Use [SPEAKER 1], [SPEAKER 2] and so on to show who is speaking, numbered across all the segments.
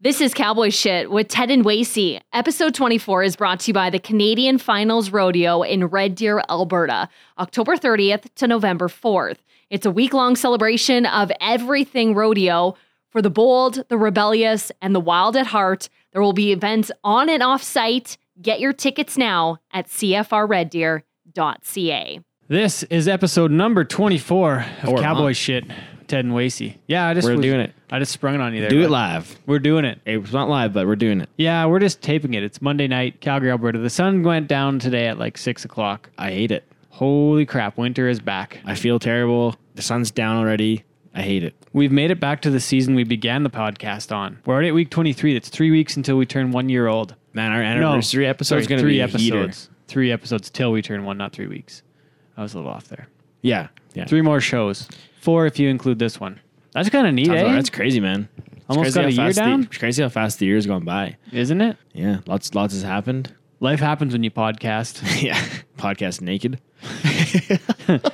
[SPEAKER 1] This is Cowboy Shit with Ted and Wacy. Episode 24 is brought to you by the Canadian Finals Rodeo in Red Deer, Alberta, October 30th to November 4th. It's a week long celebration of everything rodeo for the bold, the rebellious, and the wild at heart. There will be events on and off site. Get your tickets now at cfrreddeer.ca.
[SPEAKER 2] This is episode number 24 of
[SPEAKER 3] Or
[SPEAKER 2] Cowboy
[SPEAKER 3] month.
[SPEAKER 2] Shit, Ted and Wasey. Yeah, I just
[SPEAKER 3] We're
[SPEAKER 2] was-
[SPEAKER 3] doing it.
[SPEAKER 2] I just sprung it on you there.
[SPEAKER 3] Do it
[SPEAKER 2] bud.
[SPEAKER 3] live.
[SPEAKER 2] We're doing it.
[SPEAKER 3] It's not live, but we're doing it.
[SPEAKER 2] Yeah, we're just taping it. It's Monday night, Calgary, Alberta. The sun went down today at like six o'clock.
[SPEAKER 3] I hate it.
[SPEAKER 2] Holy crap, winter is back.
[SPEAKER 3] I feel terrible. The sun's down already. I hate it.
[SPEAKER 2] We've made it back to the season we began the podcast on. We're already at week 23. That's three weeks until we turn one year old.
[SPEAKER 3] Man, our anniversary episode is
[SPEAKER 2] sorry,
[SPEAKER 3] going to
[SPEAKER 2] three
[SPEAKER 3] be a heater.
[SPEAKER 2] episodes. Three episodes till we turn one, not three weeks. I was a little off there.
[SPEAKER 3] Yeah. Yeah.
[SPEAKER 2] Three more shows. Four if you include this one. That's kind of neat,
[SPEAKER 3] Sounds
[SPEAKER 2] eh?
[SPEAKER 3] about- That's crazy, man. It's
[SPEAKER 2] Almost
[SPEAKER 3] crazy
[SPEAKER 2] got a
[SPEAKER 3] how
[SPEAKER 2] year
[SPEAKER 3] fast the-
[SPEAKER 2] down?
[SPEAKER 3] it's crazy how fast the year's gone by.
[SPEAKER 2] Isn't it?
[SPEAKER 3] Yeah. Lots lots has happened.
[SPEAKER 2] Life happens when you podcast.
[SPEAKER 3] yeah. Podcast naked.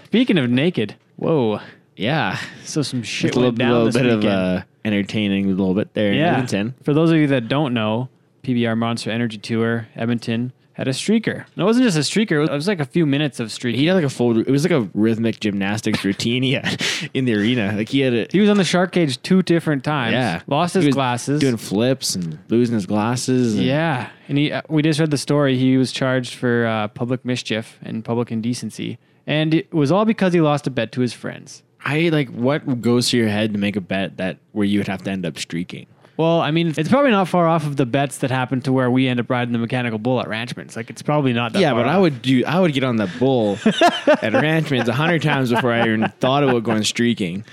[SPEAKER 2] Speaking of naked, whoa.
[SPEAKER 3] Yeah.
[SPEAKER 2] So some shit
[SPEAKER 3] Just a little,
[SPEAKER 2] went down
[SPEAKER 3] little
[SPEAKER 2] this
[SPEAKER 3] bit
[SPEAKER 2] weekend.
[SPEAKER 3] of uh, entertaining a little bit there
[SPEAKER 2] yeah.
[SPEAKER 3] in Edmonton.
[SPEAKER 2] For those of you that don't know, PBR Monster Energy Tour Edmonton had a streaker. And it wasn't just a streaker. It was like a few minutes of streak.
[SPEAKER 3] He
[SPEAKER 2] He,
[SPEAKER 3] had like a full. It was like a rhythmic gymnastics routine he had in the arena. Like he had a,
[SPEAKER 2] was on the shark cage two different times.
[SPEAKER 3] Yeah,
[SPEAKER 2] Lost
[SPEAKER 3] He
[SPEAKER 2] his
[SPEAKER 3] was
[SPEAKER 2] glasses.
[SPEAKER 3] doing flips and losing his glasses. and-
[SPEAKER 2] yeah, and he uh, we just read the story. He was charged for uh, public mischief and public indecency, and it was all because he lost a bet to his friends.
[SPEAKER 3] I like what goes through your head to make a bet that where you would have to end up streaking.
[SPEAKER 2] Well, I mean, it's probably not far off of the bets that happen to where we end up riding the mechanical bull at Ranchman's. Like, it's probably not that.
[SPEAKER 3] yeah,
[SPEAKER 2] far
[SPEAKER 3] but I
[SPEAKER 2] off.
[SPEAKER 3] would do. I would get on the bull at Ranchman's a hundred times before I even thought about going streaking.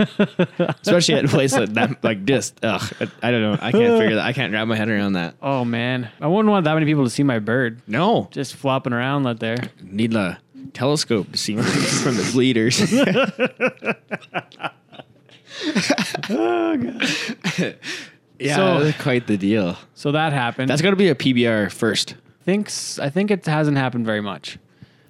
[SPEAKER 3] Especially at a place like that, like this. Ugh, I don't know. I can't figure that. I can't wrap my head around that.
[SPEAKER 2] Oh man, I wouldn't want that many people to see my bird
[SPEAKER 3] No,
[SPEAKER 2] just flopping around out there.
[SPEAKER 3] need a telescope to see from its leaders. yeah,
[SPEAKER 2] Oh, So-
[SPEAKER 3] that's quite the deal.
[SPEAKER 2] So that happened.
[SPEAKER 3] That's got to be a PBR first.
[SPEAKER 2] thinks I think it hasn't happened very much.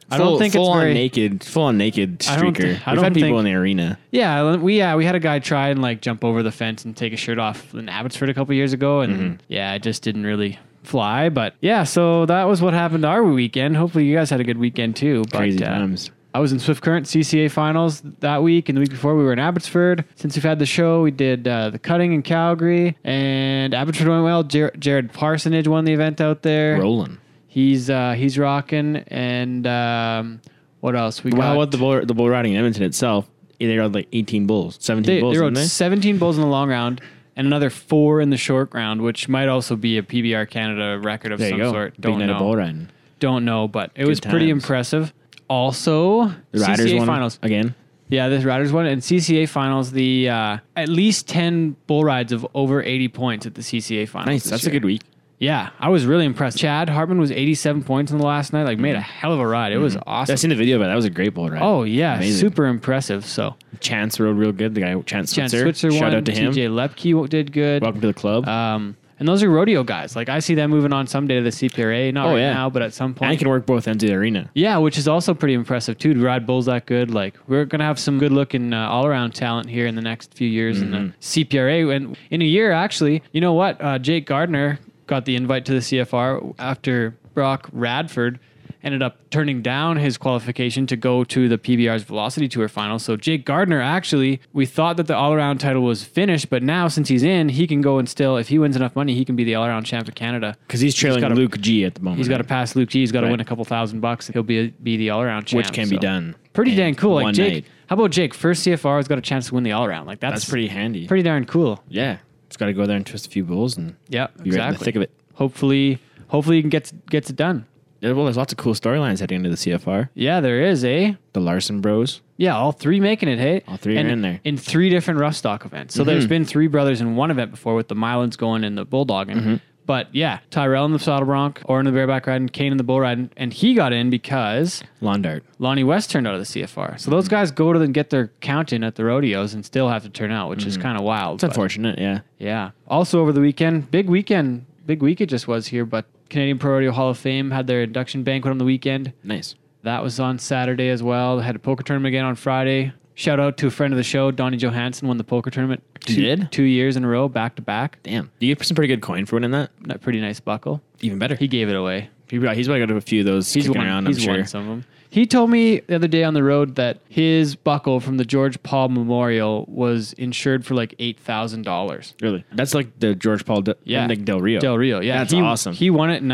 [SPEAKER 2] I
[SPEAKER 3] Full-
[SPEAKER 2] don't think it's
[SPEAKER 3] full
[SPEAKER 2] very.
[SPEAKER 3] on naked, full on naked
[SPEAKER 2] I don't thi-
[SPEAKER 3] streaker.
[SPEAKER 2] I
[SPEAKER 3] We've
[SPEAKER 2] don't
[SPEAKER 3] had people
[SPEAKER 2] think-
[SPEAKER 3] in the arena.
[SPEAKER 2] Yeah, we yeah we had a guy try and like jump over the fence and take his shirt off in Abbotsford a couple years ago, and
[SPEAKER 3] Mm-hmm.
[SPEAKER 2] yeah, it just didn't really fly. But yeah, so that was what happened to our weekend. Hopefully, you guys had a good weekend too. But,
[SPEAKER 3] Crazy
[SPEAKER 2] uh,
[SPEAKER 3] times.
[SPEAKER 2] I was in Swift Current CCA finals that week, and the week before we were in Abbotsford. Since we've had the show, we did uh, the cutting in Calgary, and Abbotsford went well. Jer- Jared Parsonage won the event out there.
[SPEAKER 3] Rolling.
[SPEAKER 2] He's uh, he's rocking, and um, what else? We
[SPEAKER 3] Well,
[SPEAKER 2] got
[SPEAKER 3] what the bull, the bull riding in Edmonton itself, they rode like 18 bulls, 17
[SPEAKER 2] they,
[SPEAKER 3] bulls,
[SPEAKER 2] they
[SPEAKER 3] didn't
[SPEAKER 2] rode
[SPEAKER 3] they?
[SPEAKER 2] 17 bulls in the long round and another four in the short round, which might also be a PBR Canada record of
[SPEAKER 3] There
[SPEAKER 2] some
[SPEAKER 3] you go.
[SPEAKER 2] sort.
[SPEAKER 3] Big
[SPEAKER 2] Don't
[SPEAKER 3] night of bull
[SPEAKER 2] know.
[SPEAKER 3] riding.
[SPEAKER 2] Don't know, but it was pretty
[SPEAKER 3] times.
[SPEAKER 2] impressive. Also,
[SPEAKER 3] The riders
[SPEAKER 2] CCA
[SPEAKER 3] won
[SPEAKER 2] finals.
[SPEAKER 3] again.
[SPEAKER 2] Yeah, this riders won and CCA finals. The uh, at least ten bull rides of over eighty points at the CCA finals.
[SPEAKER 3] Nice.
[SPEAKER 2] this
[SPEAKER 3] That's
[SPEAKER 2] year.
[SPEAKER 3] a good week.
[SPEAKER 2] Yeah, I was really impressed. Chad Hartman was eighty-seven points in the last night. Like, made a hell of a ride. It was awesome.
[SPEAKER 3] I've seen the video, but that was a great bull ride.
[SPEAKER 2] oh yeah,
[SPEAKER 3] Mm-hmm. Amazing.
[SPEAKER 2] super impressive. So
[SPEAKER 3] Chance rode real good. The guy Chance
[SPEAKER 2] Chad
[SPEAKER 3] Switzer.
[SPEAKER 2] Switzer
[SPEAKER 3] Shout
[SPEAKER 2] won.
[SPEAKER 3] out to him.
[SPEAKER 2] TJ Lepke did good.
[SPEAKER 3] Welcome to the club.
[SPEAKER 2] Um, and those are rodeo guys. Like I see them moving on someday to the CPRA. Not
[SPEAKER 3] Oh,
[SPEAKER 2] right
[SPEAKER 3] yeah.
[SPEAKER 2] now, but at some
[SPEAKER 3] and I
[SPEAKER 2] point.
[SPEAKER 3] can work both ends of the arena.
[SPEAKER 2] yeah, which is also pretty impressive too. To ride bulls that good, like we're gonna have some good looking uh, all around talent here in the next few years in the CPRA. And in a year, actually, you know what? Uh, Jake Gardner got the invite to the CFR after Brock Radford ended up turning down his qualification to go to the PBR's Velocity Tour final. So Jake Gardner actually, we thought that the all-around title was finished, but now since he's in, he can go and still, if he wins enough money, he can be the all-around champ of Canada.
[SPEAKER 3] Because he's trailing
[SPEAKER 2] gotta-
[SPEAKER 3] Luke G at the moment.
[SPEAKER 2] He's got to pass Luke T. He's got to
[SPEAKER 3] Right.
[SPEAKER 2] win a couple thousand bucks. and He'll be be the all around champ,
[SPEAKER 3] Which can be done
[SPEAKER 2] Pretty
[SPEAKER 3] in
[SPEAKER 2] dang cool. Like
[SPEAKER 3] one
[SPEAKER 2] Jake,
[SPEAKER 3] night.
[SPEAKER 2] how about Jake? First CFR has got a chance to win the all around. Like that's,
[SPEAKER 3] That's pretty handy.
[SPEAKER 2] pretty darn cool.
[SPEAKER 3] yeah. Just got to go there and twist a few bulls and
[SPEAKER 2] Yeah,
[SPEAKER 3] be right in the
[SPEAKER 2] exactly.
[SPEAKER 3] thick of it.
[SPEAKER 2] Hopefully, hopefully he can gets gets it done.
[SPEAKER 3] Yeah, well, there's lots of cool storylines heading into the CFR.
[SPEAKER 2] Yeah, there is eh.
[SPEAKER 3] The Larson Bros.
[SPEAKER 2] Yeah, all three making it. Hey,
[SPEAKER 3] All three are
[SPEAKER 2] And
[SPEAKER 3] in there. Mm-hmm.
[SPEAKER 2] in three different rough stock events. So there's been three brothers in one event before with the Mylands going and the Bulldogging.
[SPEAKER 3] Mm-hmm.
[SPEAKER 2] But yeah, Tyrell in the saddle bronc, Orin in the bareback riding, Kane in the bull riding, and he got in because
[SPEAKER 3] Lawn dart.
[SPEAKER 2] Lonnie West turned out of the CFR. So
[SPEAKER 3] Mm-hmm.
[SPEAKER 2] those guys go to the, get their count in at the rodeos and still have to turn out, which is kind of wild.
[SPEAKER 3] Mm-hmm. It's unfortunate, yeah.
[SPEAKER 2] Yeah. Also over the weekend, big weekend, big week it just was here, but Canadian Pro Rodeo Hall of Fame had their induction banquet on the weekend.
[SPEAKER 3] Nice.
[SPEAKER 2] That was on Saturday as well. They had a poker tournament again on Friday. Shout out to a friend of the show, Donnie Johansson, won the poker tournament. Two,
[SPEAKER 3] Did?
[SPEAKER 2] two years in a row, back to back.
[SPEAKER 3] Damn, you get some pretty good coin for winning that.
[SPEAKER 2] That pretty nice buckle.
[SPEAKER 3] Even better.
[SPEAKER 2] He gave it away.
[SPEAKER 3] He probably- he's probably got a few of those
[SPEAKER 2] He's
[SPEAKER 3] kicking
[SPEAKER 2] won.
[SPEAKER 3] around.
[SPEAKER 2] he's
[SPEAKER 3] I'm sure.
[SPEAKER 2] won some of them. He told me the other day on the road that his buckle from the George Paul Memorial was insured for like eight thousand dollars.
[SPEAKER 3] Really, that's like the George Paul, De-
[SPEAKER 2] Yeah,
[SPEAKER 3] Nick Del Rio.
[SPEAKER 2] Del Rio. Yeah,
[SPEAKER 3] That's
[SPEAKER 2] He-
[SPEAKER 3] awesome.
[SPEAKER 2] He won it in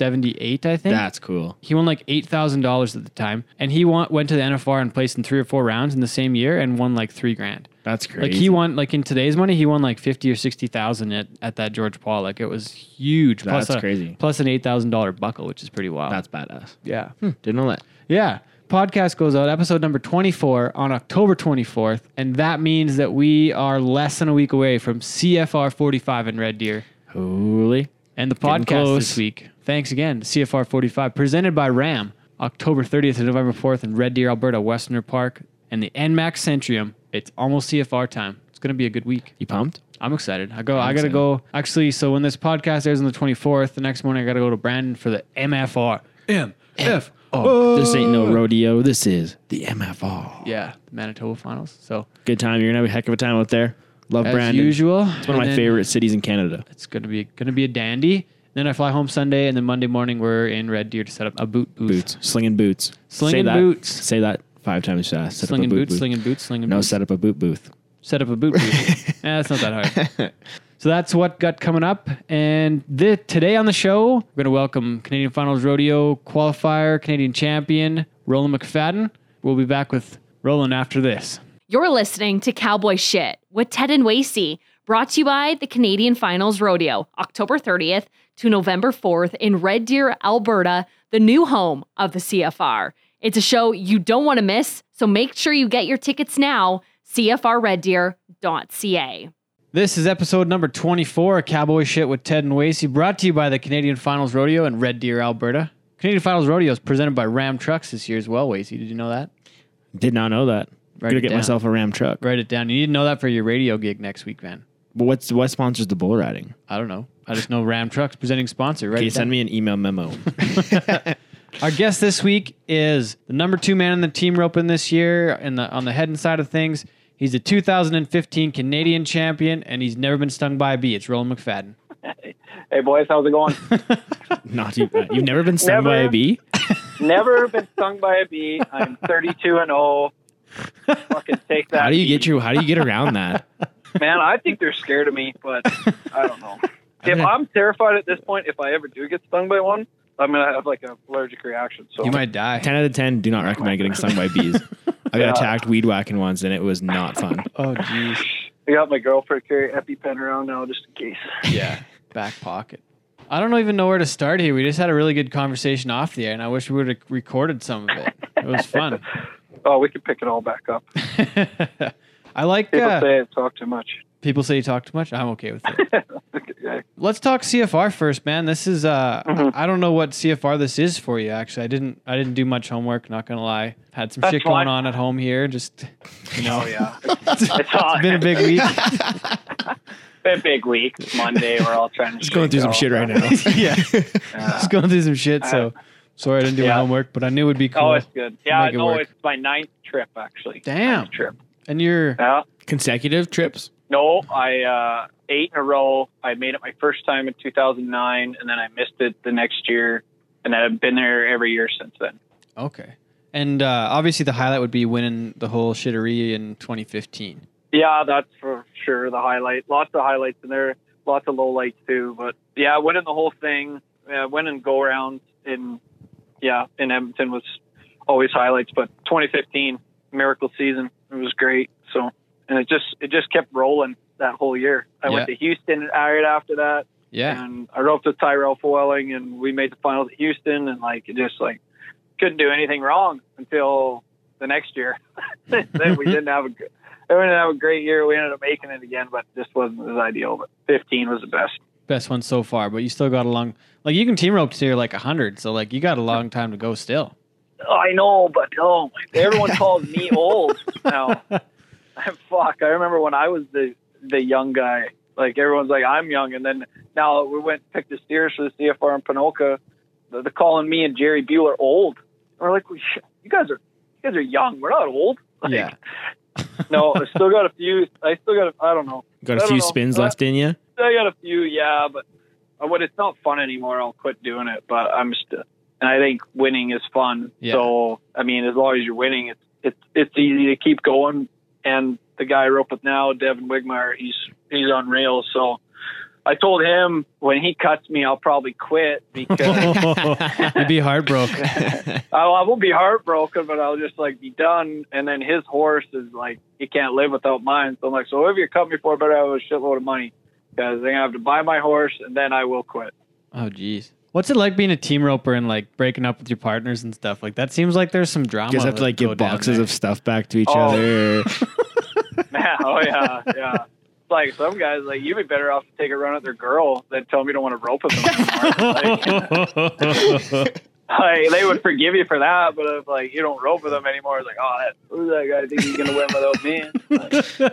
[SPEAKER 2] 1978, I think.
[SPEAKER 3] that's cool.
[SPEAKER 2] He won like eight thousand dollars at the time, and he won, went to the NFR and placed in three or four rounds in the same year and won like three grand.
[SPEAKER 3] That's
[SPEAKER 2] Like
[SPEAKER 3] crazy.
[SPEAKER 2] he won, like in today's money, he won like fifty or sixty thousand at at that George Paul. Like it was huge. Plus
[SPEAKER 3] That's
[SPEAKER 2] a-
[SPEAKER 3] crazy.
[SPEAKER 2] Plus an eight thousand dollar buckle, which is pretty wild. Hmm.
[SPEAKER 3] that's badass.
[SPEAKER 2] yeah,
[SPEAKER 3] Didn't know that.
[SPEAKER 2] yeah. Podcast goes out episode number twenty four on October twenty fourth, and that means that we are less than a week away from CFR forty five in Red Deer.
[SPEAKER 3] Holy.
[SPEAKER 2] And the podcast
[SPEAKER 3] close.
[SPEAKER 2] this week. Thanks again to CFR 45, presented by RAM, October 30th to November 4th in Red Deer, Alberta, Westerner Park, and the NMAX Centrium. It's almost CFR time. It's going to be a good week.
[SPEAKER 3] You pumped?
[SPEAKER 2] I'm excited. I go. i got to
[SPEAKER 3] excited.
[SPEAKER 2] go. Actually, so when this podcast airs on the 24th, the next morning I got to go to Brandon for the MFR. MF.
[SPEAKER 3] Oh, this ain't no rodeo. This is the MFR.
[SPEAKER 2] Yeah, the Manitoba finals. So
[SPEAKER 3] Good time. You're gonna have a heck of a time out there. Love
[SPEAKER 2] as
[SPEAKER 3] Brandon.
[SPEAKER 2] usual,
[SPEAKER 3] It's one of my favorite cities in Canada.
[SPEAKER 2] It's gonna be gonna be a dandy. Then I fly home Sunday, and then Monday morning we're in Red Deer to set up a boot booth.
[SPEAKER 3] Boots, slinging boots,
[SPEAKER 2] Slinging
[SPEAKER 3] Say that.
[SPEAKER 2] boots.
[SPEAKER 3] Say that five times fast. Set
[SPEAKER 2] slinging
[SPEAKER 3] up a boot
[SPEAKER 2] boots,
[SPEAKER 3] booth.
[SPEAKER 2] slinging boots, slinging
[SPEAKER 3] No,
[SPEAKER 2] boots.
[SPEAKER 3] set up a boot booth.
[SPEAKER 2] set up a boot booth. Eh, that's not that hard. So that's what got coming up. And the, today on the show, we're going to welcome Canadian Finals Rodeo qualifier, Canadian champion, Roland McFadden. We'll be back with Roland after this.
[SPEAKER 1] You're listening to Cowboy Shit with Ted and Wasey, brought to you by the Canadian Finals Rodeo, October 30th to November 4th in Red Deer, Alberta, the new home of the CFR. It's a show you don't want to miss, so make sure you get your tickets now, cfrreddeer.ca.
[SPEAKER 2] This is episode number 24 of Cowboy Shit with Ted and Wasey, brought to you by the Canadian Finals Rodeo in Red Deer, Alberta. Canadian Finals Rodeo is presented by Ram Trucks this year as well, Wasey. Did you know that?
[SPEAKER 3] Did not know that.
[SPEAKER 2] Write
[SPEAKER 3] Gonna
[SPEAKER 2] it
[SPEAKER 3] get
[SPEAKER 2] down.
[SPEAKER 3] myself a Ram truck.
[SPEAKER 2] Write it down. You need to know that for your radio gig next week, man.
[SPEAKER 3] But what's what sponsors the bull riding?
[SPEAKER 2] I don't know. I just know Ram Trucks, presenting sponsor. Right?
[SPEAKER 3] Okay, send me an email memo.
[SPEAKER 2] Our guest this week is the number two man in the team roping this year in the on the head and side of things. He's a 2015 Canadian champion, and he's never been stung by a bee. It's Roland McFadden.
[SPEAKER 4] Hey boys, how's it going?
[SPEAKER 3] not even. You've never been stung by
[SPEAKER 4] Never.
[SPEAKER 3] a bee?
[SPEAKER 4] Never been stung by a bee. I'm 32 and oh. 0. Fucking take that.
[SPEAKER 3] How do you get your? How do you get around that?
[SPEAKER 4] Man, I think they're scared of me, but I don't know. If
[SPEAKER 3] gonna-
[SPEAKER 4] I'm terrified at this point, if I ever do get stung by one, I'm gonna have like an allergic reaction. So
[SPEAKER 2] You might die.
[SPEAKER 3] Ten out of ten. Do not recommend getting stung by bees. I got
[SPEAKER 4] Yeah.
[SPEAKER 3] attacked weed whacking once, and it was not fun.
[SPEAKER 2] Oh, jeez.
[SPEAKER 4] I got my girlfriend carry EpiPen around now just in case.
[SPEAKER 2] Yeah, back pocket. I don't even know where to start here. We just had a really good conversation off the air, and I wish we would have recorded some of it. It was fun.
[SPEAKER 4] Oh, we can pick it all back up.
[SPEAKER 2] I like
[SPEAKER 4] People
[SPEAKER 2] uh,
[SPEAKER 4] say I talk too much.
[SPEAKER 2] people say you talk too much. I'm okay with it.
[SPEAKER 4] Yeah.
[SPEAKER 2] Let's talk CFR first, man. This is uh
[SPEAKER 4] Mm-hmm.
[SPEAKER 2] I don't know what CFR this is for you actually. I didn't I didn't do much homework, not gonna lie. Had some
[SPEAKER 4] That's
[SPEAKER 2] shit going
[SPEAKER 4] fine.
[SPEAKER 2] on at home here. Just you know
[SPEAKER 4] Oh yeah,
[SPEAKER 2] it's
[SPEAKER 4] it's all
[SPEAKER 2] been a big week.
[SPEAKER 4] been a big week. It's Monday, we're all trying to
[SPEAKER 3] Just going through some shit right now.
[SPEAKER 2] yeah. Just going through some shit, so sorry I didn't do my
[SPEAKER 4] Uh, Yeah.
[SPEAKER 2] homework, but I knew it would be cool.
[SPEAKER 4] Oh, it's good. Yeah,
[SPEAKER 2] Make it
[SPEAKER 4] no,
[SPEAKER 2] work.
[SPEAKER 4] it's my ninth trip actually.
[SPEAKER 2] Damn.
[SPEAKER 4] Ninth trip.
[SPEAKER 2] and you're
[SPEAKER 4] Yeah.
[SPEAKER 3] Consecutive trips.
[SPEAKER 4] No, I uh, eight in a row. I made it my first time in 2009, and then I missed it the next year, and then I've been there every year since then.
[SPEAKER 2] okay. And uh, obviously the highlight would be winning the whole shittery in twenty fifteen.
[SPEAKER 4] Yeah, that's for sure the highlight. Lots of highlights in there, lots of lowlights too. But yeah, winning the whole thing, uh, winning go rounds in yeah in Edmonton was always highlights. But 2015 miracle season, it was great. So and it just it just kept rolling that whole year. I went to Houston right after that.
[SPEAKER 2] Yeah.
[SPEAKER 4] And I roped with Tyrell Foiling, and we made the finals at Houston, and like it just like couldn't do anything wrong until the next year. then we didn't have a good, we didn't have a great year. We ended up making it again, but this wasn't as ideal. But 15 was the best.
[SPEAKER 2] Best one so far, but you still got a long like you can team rope to like hundred, so like you got a long time to go still.
[SPEAKER 4] I know, but oh, my- everyone calls me old now. Fuck, I remember when I was the the young guy. Like everyone's like, I'm young, and then now we went and picked the steers for the CFR in Panoka. They're they're calling me and Jerry Bueller old. We're like, "Well, shit, you guys are you guys are young. We're not old. Like,
[SPEAKER 2] Yeah.
[SPEAKER 4] no, I still got a few. I still got. A, I don't know.
[SPEAKER 3] Got
[SPEAKER 4] I
[SPEAKER 3] a
[SPEAKER 4] don't
[SPEAKER 3] few
[SPEAKER 4] know.
[SPEAKER 3] spins
[SPEAKER 4] I-
[SPEAKER 3] left in you.
[SPEAKER 4] I got a few, yeah, but uh, when it's not fun anymore, I'll quit doing it. But I'm still, and I think winning is fun.
[SPEAKER 2] Yeah.
[SPEAKER 4] So I mean, as long as you're winning, it's it's it's easy to keep going. And the guy I rope with now, Devin Wigmeyer, he's he's unreal. So I told him when he cuts me, I'll probably quit because
[SPEAKER 2] You'd be heartbroken.
[SPEAKER 4] I, I won't be heartbroken, but I'll just like be done. And then his horse is like, he can't live without mine. So I'm like, so whoever you cut me for, better have a shitload of money because they're gonna have to buy my horse, and then I will quit.
[SPEAKER 2] Oh, jeez. What's it like being a team roper and like breaking up with your partners and stuff? Like that seems like there's some drama.
[SPEAKER 3] You guys have to
[SPEAKER 2] that
[SPEAKER 3] like
[SPEAKER 2] go
[SPEAKER 3] give
[SPEAKER 2] down
[SPEAKER 3] boxes
[SPEAKER 2] there.
[SPEAKER 3] of stuff back to each
[SPEAKER 4] Oh.
[SPEAKER 3] other.
[SPEAKER 4] Man, oh yeah, yeah. It's like some guys, like you'd be better off to take a run at their girl than tell me you don't want to rope with them. Anymore. like, like, they would forgive you for that, but if like you don't rope with them anymore, it's like, oh, that, who's that guy? I think he's gonna win without me.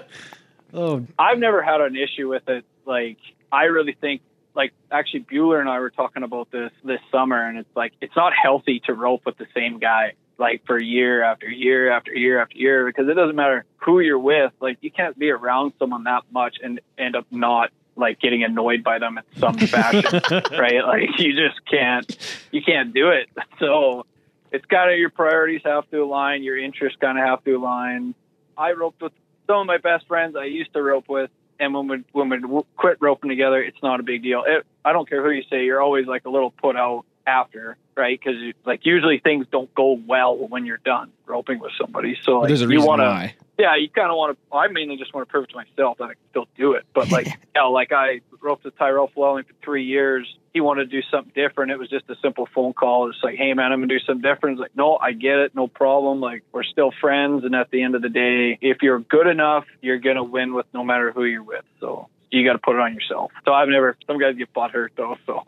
[SPEAKER 2] oh,
[SPEAKER 4] I've never had an issue with it. Like, I really think, like, actually, Bueller and I were talking about this this summer, and it's like, it's not healthy to rope with the same guy, like, for year after year after year after year, because it doesn't matter who you're with. Like, you can't be around someone that much and end up not, like, getting annoyed by them in some fashion, right? Like, you just can't, you can't do it. So, it's kind of your priorities have to align, your interests kind of have to align. I roped with some of my best friends I used to rope with, and when we when we w- quit roping together, it's not a big deal. It, I don't care who you say, you're always like a little put out after, right? Because like usually things don't go well when you're done roping with somebody. So like,
[SPEAKER 3] There's a
[SPEAKER 4] you
[SPEAKER 3] reason
[SPEAKER 4] want to
[SPEAKER 3] why.
[SPEAKER 4] yeah, you kind of want to. I mainly just want to prove it to myself that I can still do it. But like, yeah, like I roped with Tyrell Flowing for three years. He wanted to do something different. It was just a simple phone call. It's like, hey man, I'm gonna do something different. It's like, no, I get it, no problem. Like we're still friends, and at the end of the day, if you're good enough, you're gonna win with no matter who you're with. So. You got to put it on yourself. So I've never. Some guys get butt hurt though. So,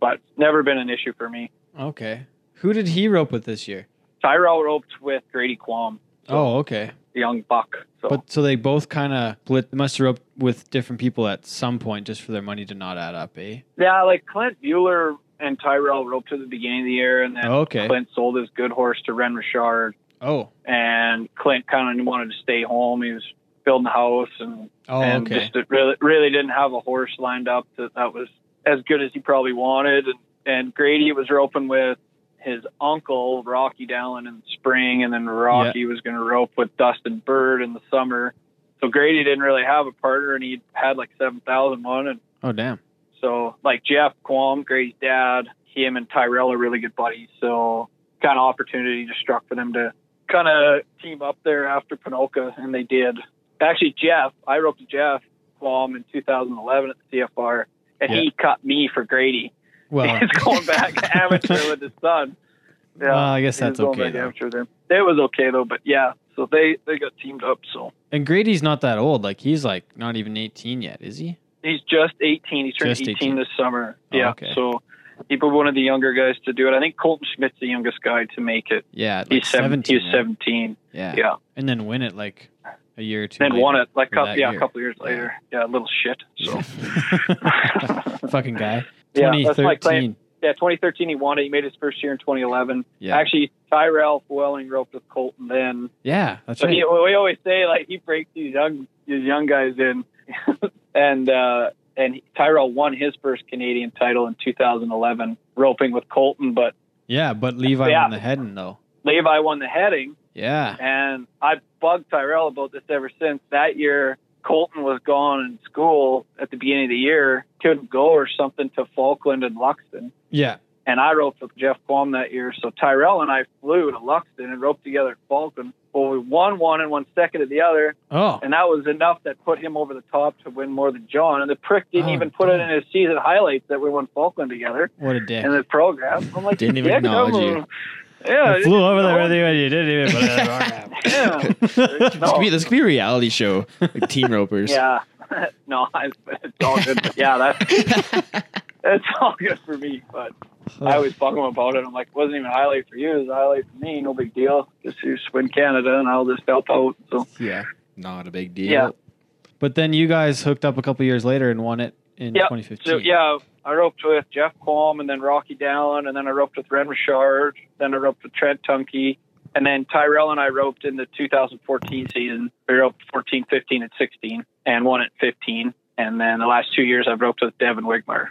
[SPEAKER 4] but never been an issue for me.
[SPEAKER 2] okay. Who did he rope with this year?
[SPEAKER 4] Tyrell roped with Grady Quam,
[SPEAKER 2] Oh, okay.
[SPEAKER 4] the young buck. So
[SPEAKER 2] But so they both kind of split. Must have roped with different people at some point just for their money to not add up, eh?
[SPEAKER 4] Yeah, like Clint Bueller and Tyrell roped at the beginning of the year, and then
[SPEAKER 2] Okay.
[SPEAKER 4] Clint sold his good horse to Ren Richard,
[SPEAKER 2] Oh.
[SPEAKER 4] and Clint kind of wanted to stay home. He was building a house, and,
[SPEAKER 2] Oh,
[SPEAKER 4] and
[SPEAKER 2] okay.
[SPEAKER 4] just really, really didn't have a horse lined up that, that was as good as he probably wanted. And, and Grady was roping with his uncle Rocky Dallin in the spring, and then Rocky was going to rope with Dustin Bird in the summer. So Grady didn't really have a partner, and he had like seven thousand one, and
[SPEAKER 2] Oh, damn.
[SPEAKER 4] so, like Jeff Quam, Grady's dad, him and Tyrell are really good buddies. So, kind of opportunity just struck for them to kind of team up there after Panoka, and they did. Actually, Jeff, I roped to Jeff Quam in 2011 at the CFR, and he cut me for Grady.
[SPEAKER 2] Well,
[SPEAKER 4] He's going back amateur with his son. Yeah,
[SPEAKER 2] well, I guess
[SPEAKER 4] he's
[SPEAKER 2] that's
[SPEAKER 4] going
[SPEAKER 2] okay.
[SPEAKER 4] back
[SPEAKER 2] though.
[SPEAKER 4] amateur there. It was okay though, but yeah. So they they got teamed up. So
[SPEAKER 2] And Grady's not that old. Like he's like not even 18 yet, is he?
[SPEAKER 4] He's just 18. He turned
[SPEAKER 2] Just
[SPEAKER 4] 18.
[SPEAKER 2] 18.
[SPEAKER 4] this summer.
[SPEAKER 2] Oh,
[SPEAKER 4] yeah.
[SPEAKER 2] okay.
[SPEAKER 4] So he put one of the younger guys to do it. I think Colton Schmidt's the youngest guy to make it.
[SPEAKER 2] Yeah, like
[SPEAKER 4] He's
[SPEAKER 2] 17.
[SPEAKER 4] 17. He's
[SPEAKER 2] right?
[SPEAKER 4] 17.
[SPEAKER 2] Yeah.
[SPEAKER 4] Yeah.
[SPEAKER 2] And then win it like a year or two.
[SPEAKER 4] Then
[SPEAKER 2] later.
[SPEAKER 4] won it like
[SPEAKER 2] Or
[SPEAKER 4] cou-
[SPEAKER 2] that
[SPEAKER 4] yeah,
[SPEAKER 2] year.
[SPEAKER 4] a couple years later. Yeah, little shit. So
[SPEAKER 2] Fucking guy.
[SPEAKER 4] Yeah, that's my
[SPEAKER 2] 2013.
[SPEAKER 4] claim. yeah, 2013 he won it. He made his first year in 2011.
[SPEAKER 2] Yeah.
[SPEAKER 4] Actually, Tyrell Welling roped with Colton then.
[SPEAKER 2] yeah, that's
[SPEAKER 4] So
[SPEAKER 2] right.
[SPEAKER 4] he, we always say like he breaks these young these young guys in, and uh, and Tyrell won his first Canadian title in 2011 roping with Colton, but.
[SPEAKER 2] Yeah, but Levi
[SPEAKER 4] Yeah.
[SPEAKER 2] won the heading though.
[SPEAKER 4] Levi won the heading,
[SPEAKER 2] Yeah.
[SPEAKER 4] and I bugged Tyrell about this ever since. That year, Colton was gone in school at the beginning of the year, couldn't go or something to Falkland and Luxton.
[SPEAKER 2] Yeah.
[SPEAKER 4] And I roped with Jeff Quam that year. So Tyrell and I flew to Luxton and roped together at Falkland. Well, we won one and one second of the other.
[SPEAKER 2] Oh.
[SPEAKER 4] And that was enough that put him over the top to win more than John. And the prick didn't
[SPEAKER 2] Oh,
[SPEAKER 4] even put it in his season highlights that we won Falkland together
[SPEAKER 2] What a dick.
[SPEAKER 4] in the program. I'm like,
[SPEAKER 3] Didn't even
[SPEAKER 4] "Yeah,
[SPEAKER 3] acknowledge
[SPEAKER 4] I'm a-
[SPEAKER 3] you.
[SPEAKER 4] Yeah.
[SPEAKER 2] I flew over there
[SPEAKER 4] no.
[SPEAKER 2] with you and you didn't even put it in our
[SPEAKER 4] Yeah.
[SPEAKER 3] This could,
[SPEAKER 4] No.
[SPEAKER 3] be, this could be a reality show, like team ropers.
[SPEAKER 4] Yeah. no, I, it's all good. But yeah, that's it's all good for me. But I always fuck 'em about it. I'm like, wasn't even a highlight for you. It was a highlight for me. No big deal. Just you just win Canada, and I'll just help out. So
[SPEAKER 3] Yeah. Not a big deal.
[SPEAKER 4] Yeah.
[SPEAKER 2] But then you guys hooked up a couple years later and won it in
[SPEAKER 4] Yep.
[SPEAKER 2] 2015.
[SPEAKER 4] so yeah, I roped with Jeff Qualm, and then Rocky Dallin, and then I roped with Ren Richard, then I roped with Trent Tunkey. And then Tyrell and I roped in the 2014 season. We roped 14, 15, and 16, and won at 15. And then the last two years, I've roped with Devin Wigmar.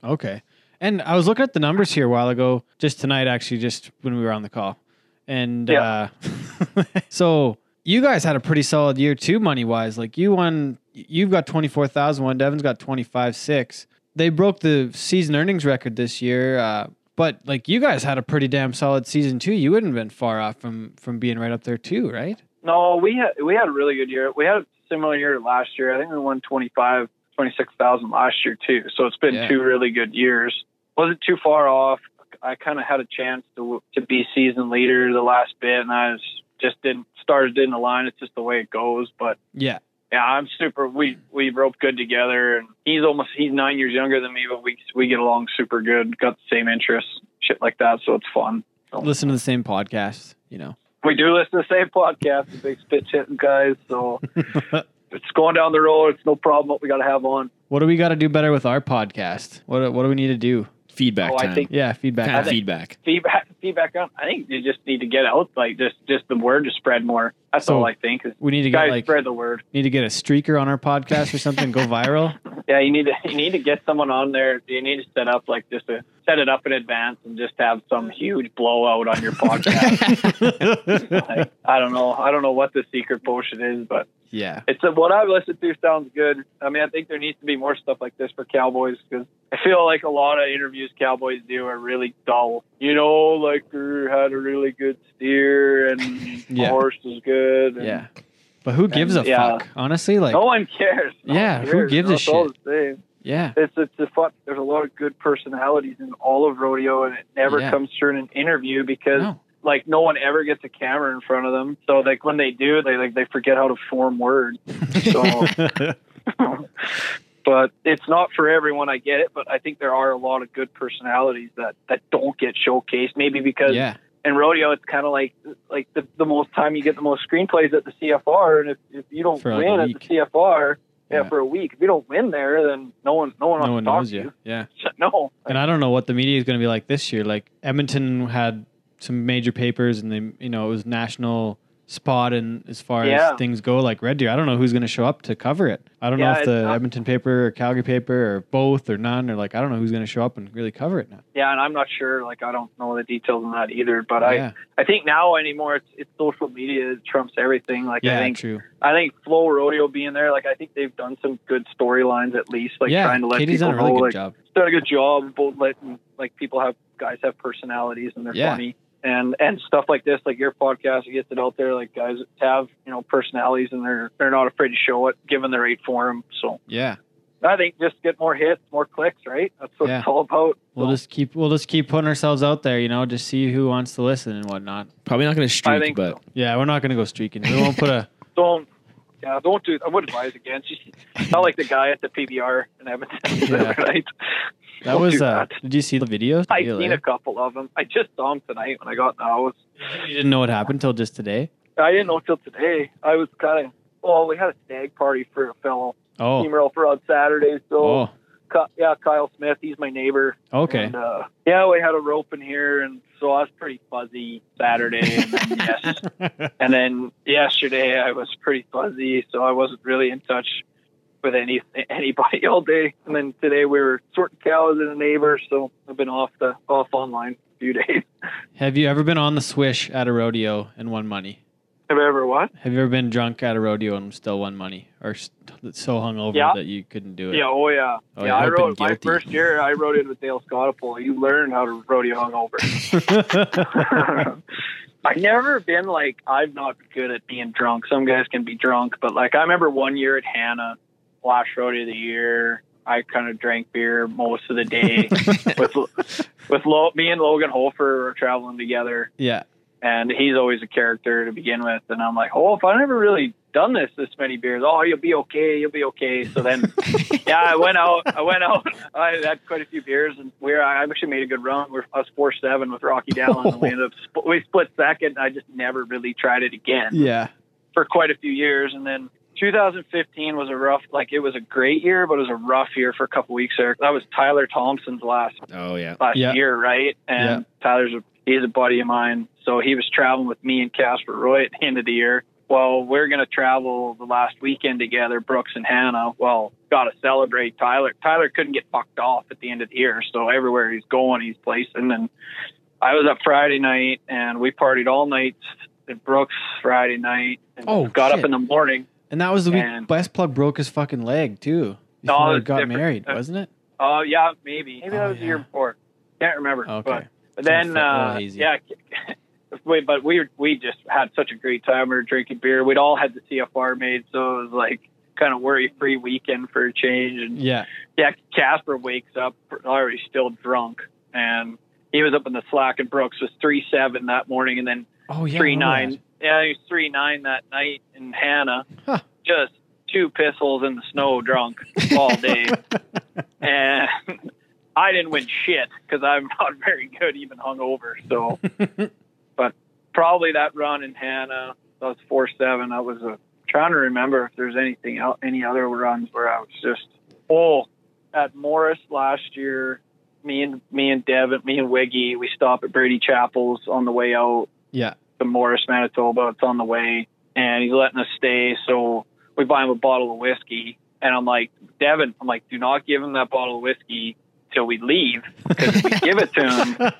[SPEAKER 4] So,
[SPEAKER 2] Okay. And I was looking at the numbers here a while ago, just tonight, actually, just when we were on the call. And
[SPEAKER 4] Yeah.
[SPEAKER 2] uh, so you guys had a pretty solid year too, money wise. Like you won, you've got 24,000, one Devin's got 25, six. They broke the season earnings record this year. Uh, but like you guys had a pretty damn solid season too. You wouldn't have been far off from from being right up there too, right?
[SPEAKER 4] no, we had we had a really good year. We had a similar year to last year. I think we won 25, 26,000 last year too. So it's been
[SPEAKER 2] Yeah.
[SPEAKER 4] two really good years. Wasn't too far off. I kind of had a chance to to be season leader the last bit, and I was, just didn't stars didn't align. It's just the way it goes, but.
[SPEAKER 2] Yeah.
[SPEAKER 4] Yeah, I'm super. We we roped good together, and he's almost he's nine years younger than me, but we we get along super good. Got the same interests, shit like that, so it's fun.
[SPEAKER 2] Listen to the same podcast, you know.
[SPEAKER 4] We do listen to the same podcast, the big spit hitting guys. So it's going down the road. It's no problem. What we got to have on.
[SPEAKER 2] What do we got to do better with our podcast? What what do we need to do?
[SPEAKER 3] Feedback
[SPEAKER 4] Oh, I
[SPEAKER 3] time.
[SPEAKER 4] think-
[SPEAKER 2] Yeah, feedback.
[SPEAKER 3] kind of
[SPEAKER 4] I think-
[SPEAKER 3] feedback.
[SPEAKER 4] Feedback feedback on. I think you just need to get out like just just the word to spread more. That's
[SPEAKER 2] So,
[SPEAKER 4] all I think. Is
[SPEAKER 2] We need to get
[SPEAKER 4] guys
[SPEAKER 2] like
[SPEAKER 4] spread the word.
[SPEAKER 2] need to get a streaker on our podcast or something, go viral.
[SPEAKER 4] Yeah, you need to you need to get someone on there. You need to set up like just a set it up in advance and just have some huge blowout on your podcast. Like, I don't know. I don't know what the secret potion is, but
[SPEAKER 2] Yeah.
[SPEAKER 4] it's what I've listened to sounds good. I mean, I think there needs to be more stuff like this for Cowboys because I feel like a lot of interviews Cowboys do are really dull. You know, like er, had a really good steer and
[SPEAKER 2] Yeah.
[SPEAKER 4] the horse was good. And
[SPEAKER 2] Yeah. But who gives a
[SPEAKER 4] Yeah.
[SPEAKER 2] fuck? Honestly, like
[SPEAKER 4] No one cares. No
[SPEAKER 2] Yeah,
[SPEAKER 4] one
[SPEAKER 2] who
[SPEAKER 4] cares.
[SPEAKER 2] gives a
[SPEAKER 4] It's all
[SPEAKER 2] shit?
[SPEAKER 4] the same.
[SPEAKER 2] yeah.
[SPEAKER 4] it's it's a fun. There's a lot of good personalities in all of rodeo, and it never
[SPEAKER 2] Yeah.
[SPEAKER 4] comes through in an interview because
[SPEAKER 2] No.
[SPEAKER 4] like no one ever gets a camera in front of them. So like when they do, they like they forget how to form words. So, but it's not for everyone. I get it, but I think there are a lot of good personalities that that don't get showcased. Maybe because
[SPEAKER 2] Yeah.
[SPEAKER 4] in rodeo, it's kind of like like the, the most time you get the most screenplays at the CFR, and if, if you don't
[SPEAKER 2] For, like, a
[SPEAKER 4] win
[SPEAKER 2] week.
[SPEAKER 4] at the CFR. Yeah,
[SPEAKER 2] Yeah.
[SPEAKER 4] for a week. If you don't win there, then no one, no one,
[SPEAKER 2] No
[SPEAKER 4] wants
[SPEAKER 2] one
[SPEAKER 4] to talk
[SPEAKER 2] knows
[SPEAKER 4] to you.
[SPEAKER 2] you. Yeah.
[SPEAKER 4] No.
[SPEAKER 2] And I don't know what the media is going to be like this year. Like Edmonton had some major papers and they, you know, it was national spot and as far
[SPEAKER 4] Yeah.
[SPEAKER 2] as things go like Red Deer, I don't know who's going to show up to cover it. I don't
[SPEAKER 4] Yeah,
[SPEAKER 2] know if
[SPEAKER 4] it's
[SPEAKER 2] the
[SPEAKER 4] not-
[SPEAKER 2] Edmonton paper or Calgary paper or both or none or like I don't know who's going to show up and really cover it now.
[SPEAKER 4] Yeah, and I'm not sure. Like, I don't know the details on that either. But
[SPEAKER 2] yeah.
[SPEAKER 4] I, I think now anymore, it's, it's social media that trumps everything. Like,
[SPEAKER 2] yeah,
[SPEAKER 4] I think,
[SPEAKER 2] true.
[SPEAKER 4] I think Flow Rodeo being there, like, I think they've done some good storylines at least. Like,
[SPEAKER 2] yeah.
[SPEAKER 4] trying to let
[SPEAKER 2] Katie's
[SPEAKER 4] people
[SPEAKER 2] done a really
[SPEAKER 4] know,
[SPEAKER 2] good
[SPEAKER 4] like,
[SPEAKER 2] job.
[SPEAKER 4] done a good job, both letting like people have guys have personalities and they're
[SPEAKER 2] Yeah.
[SPEAKER 4] funny and and stuff like this. Like your podcast it gets it out there. Like guys have you know personalities and they're they're not afraid to show it, given the right form. So
[SPEAKER 2] Yeah.
[SPEAKER 4] I think just get more hits, more clicks, right? That's what
[SPEAKER 2] Yeah.
[SPEAKER 4] it's all about.
[SPEAKER 2] We'll just keep we'll just keep putting ourselves out there, you know, just see who wants to listen and whatnot.
[SPEAKER 3] Probably not going to streak,
[SPEAKER 4] think
[SPEAKER 3] but
[SPEAKER 2] Yeah, we're not gonna go streaking. We won't put a
[SPEAKER 4] don't yeah, don't do. I would advise against. Just not like the guy at the PBR in Edmonton,
[SPEAKER 2] Yeah.
[SPEAKER 4] right?
[SPEAKER 2] that
[SPEAKER 4] Don't
[SPEAKER 2] was
[SPEAKER 4] do
[SPEAKER 2] uh
[SPEAKER 4] that.
[SPEAKER 2] did you see the videos?
[SPEAKER 4] I've
[SPEAKER 2] Yeah,
[SPEAKER 4] seen a
[SPEAKER 2] like,
[SPEAKER 4] couple of them. I just saw them tonight when I got in the house.
[SPEAKER 2] you didn't know what happened till just today.
[SPEAKER 4] I didn't know till today. I was kind of well. We had a stag party for a fellow
[SPEAKER 2] Oh.
[SPEAKER 4] female for on Saturday. So
[SPEAKER 2] Oh.
[SPEAKER 4] Ky- yeah, Kyle Smith. He's my neighbor.
[SPEAKER 2] Okay.
[SPEAKER 4] And, uh, yeah, we had a rope in here, and so I was pretty fuzzy Saturday. And then, yes, and then yesterday I was pretty fuzzy, so I wasn't really in touch with any anybody all day. And then today we were sorting cows in a neighbor, so I've been off the off online a few days.
[SPEAKER 2] Have you ever been on the swish at a rodeo and won money?
[SPEAKER 4] Have I ever what?
[SPEAKER 2] Have you ever been drunk at a rodeo and still won money, or st- so hungover
[SPEAKER 4] Yeah.
[SPEAKER 2] that you couldn't do it?
[SPEAKER 4] Yeah, oh yeah.
[SPEAKER 2] Oh,
[SPEAKER 4] yeah,
[SPEAKER 2] yeah,
[SPEAKER 4] I
[SPEAKER 3] I've been
[SPEAKER 4] rode my
[SPEAKER 3] guilty.
[SPEAKER 4] first year I rode in with Dale Scottapole. You learn how to rodeo hungover. I've never been like I'm not good at being drunk. Some guys can be drunk, but like I remember one year at Hannah, last rodeo of the year, I kind of drank beer most of the day with with Lo- me and Logan Holfer were traveling together
[SPEAKER 2] yeah.
[SPEAKER 4] and he's always a character to begin with. And I'm like, oh, if I never really done this this many beers, oh, you'll be okay, you'll be okay. So then, yeah, I went out, I went out, I had quite a few beers, and we are I actually made a good run. We're us four seven with Rocky Dallin, and we ended up sp- we split second. I just never really tried it again
[SPEAKER 2] Yeah.
[SPEAKER 4] for quite a few years, and then. 2015 was a rough, like it was a great year, but it was a rough year for a couple weeks there. That was Tyler Thompson's last
[SPEAKER 3] oh yeah,
[SPEAKER 4] last
[SPEAKER 2] Yeah.
[SPEAKER 4] year, right? And Tyler's a he's a buddy of mine. So he was traveling with me and Casper Roy at the end of the year. Well, we're going to travel the last weekend together, Brooks and Hannah. Well, got to celebrate Tyler. Tyler couldn't get fucked off at the end of the year. So everywhere he's going, he's placing. And I was up Friday night and we partied all night at Brooks Friday night and
[SPEAKER 2] Oh,
[SPEAKER 4] got
[SPEAKER 2] shit.
[SPEAKER 4] up in the morning.
[SPEAKER 2] And that was the week
[SPEAKER 4] And-
[SPEAKER 2] West Plug broke his fucking leg too.
[SPEAKER 4] No,
[SPEAKER 2] Before he
[SPEAKER 4] it's
[SPEAKER 2] got
[SPEAKER 4] different.
[SPEAKER 2] married, wasn't it?
[SPEAKER 4] Oh, yeah, maybe. Maybe
[SPEAKER 2] Oh,
[SPEAKER 4] that was the year
[SPEAKER 2] yeah.
[SPEAKER 4] before. Can't remember. But
[SPEAKER 2] Okay.
[SPEAKER 4] But
[SPEAKER 2] Sounds
[SPEAKER 4] then,
[SPEAKER 2] fa- a little
[SPEAKER 4] uh,
[SPEAKER 2] hazy.
[SPEAKER 4] yeah, we, but we we just had such a great time. We were drinking beer. We'd all had the CFR made, so it was like kind of worry free weekend for a change. And
[SPEAKER 2] Yeah.
[SPEAKER 4] yeah, Casper wakes up already still drunk, and he was up in the slack. And Brooks was three seven that morning, and then
[SPEAKER 2] Oh yeah. I
[SPEAKER 4] three
[SPEAKER 2] remember
[SPEAKER 4] nine.
[SPEAKER 2] that.
[SPEAKER 4] Yeah, he was three nine that night. And Hannah,
[SPEAKER 2] Huh.
[SPEAKER 4] just two pistols in the snow, drunk all day. and I didn't win shit because I'm not very good, even hungover. So, but probably that run in Hannah, that was four seven. That was a trying to remember if there's anything else, any other runs where I was just oh at Morris last year. Me and me and Devin, me and Wiggy, we stop at Brady Chapels on the way out
[SPEAKER 2] Yeah.
[SPEAKER 4] to Morris, Manitoba. It's on the way, and he's letting us stay. So we buy him a bottle of whiskey, and I'm like, Devin, I'm like, do not give him that bottle of whiskey till we leave. Because if we give it to him,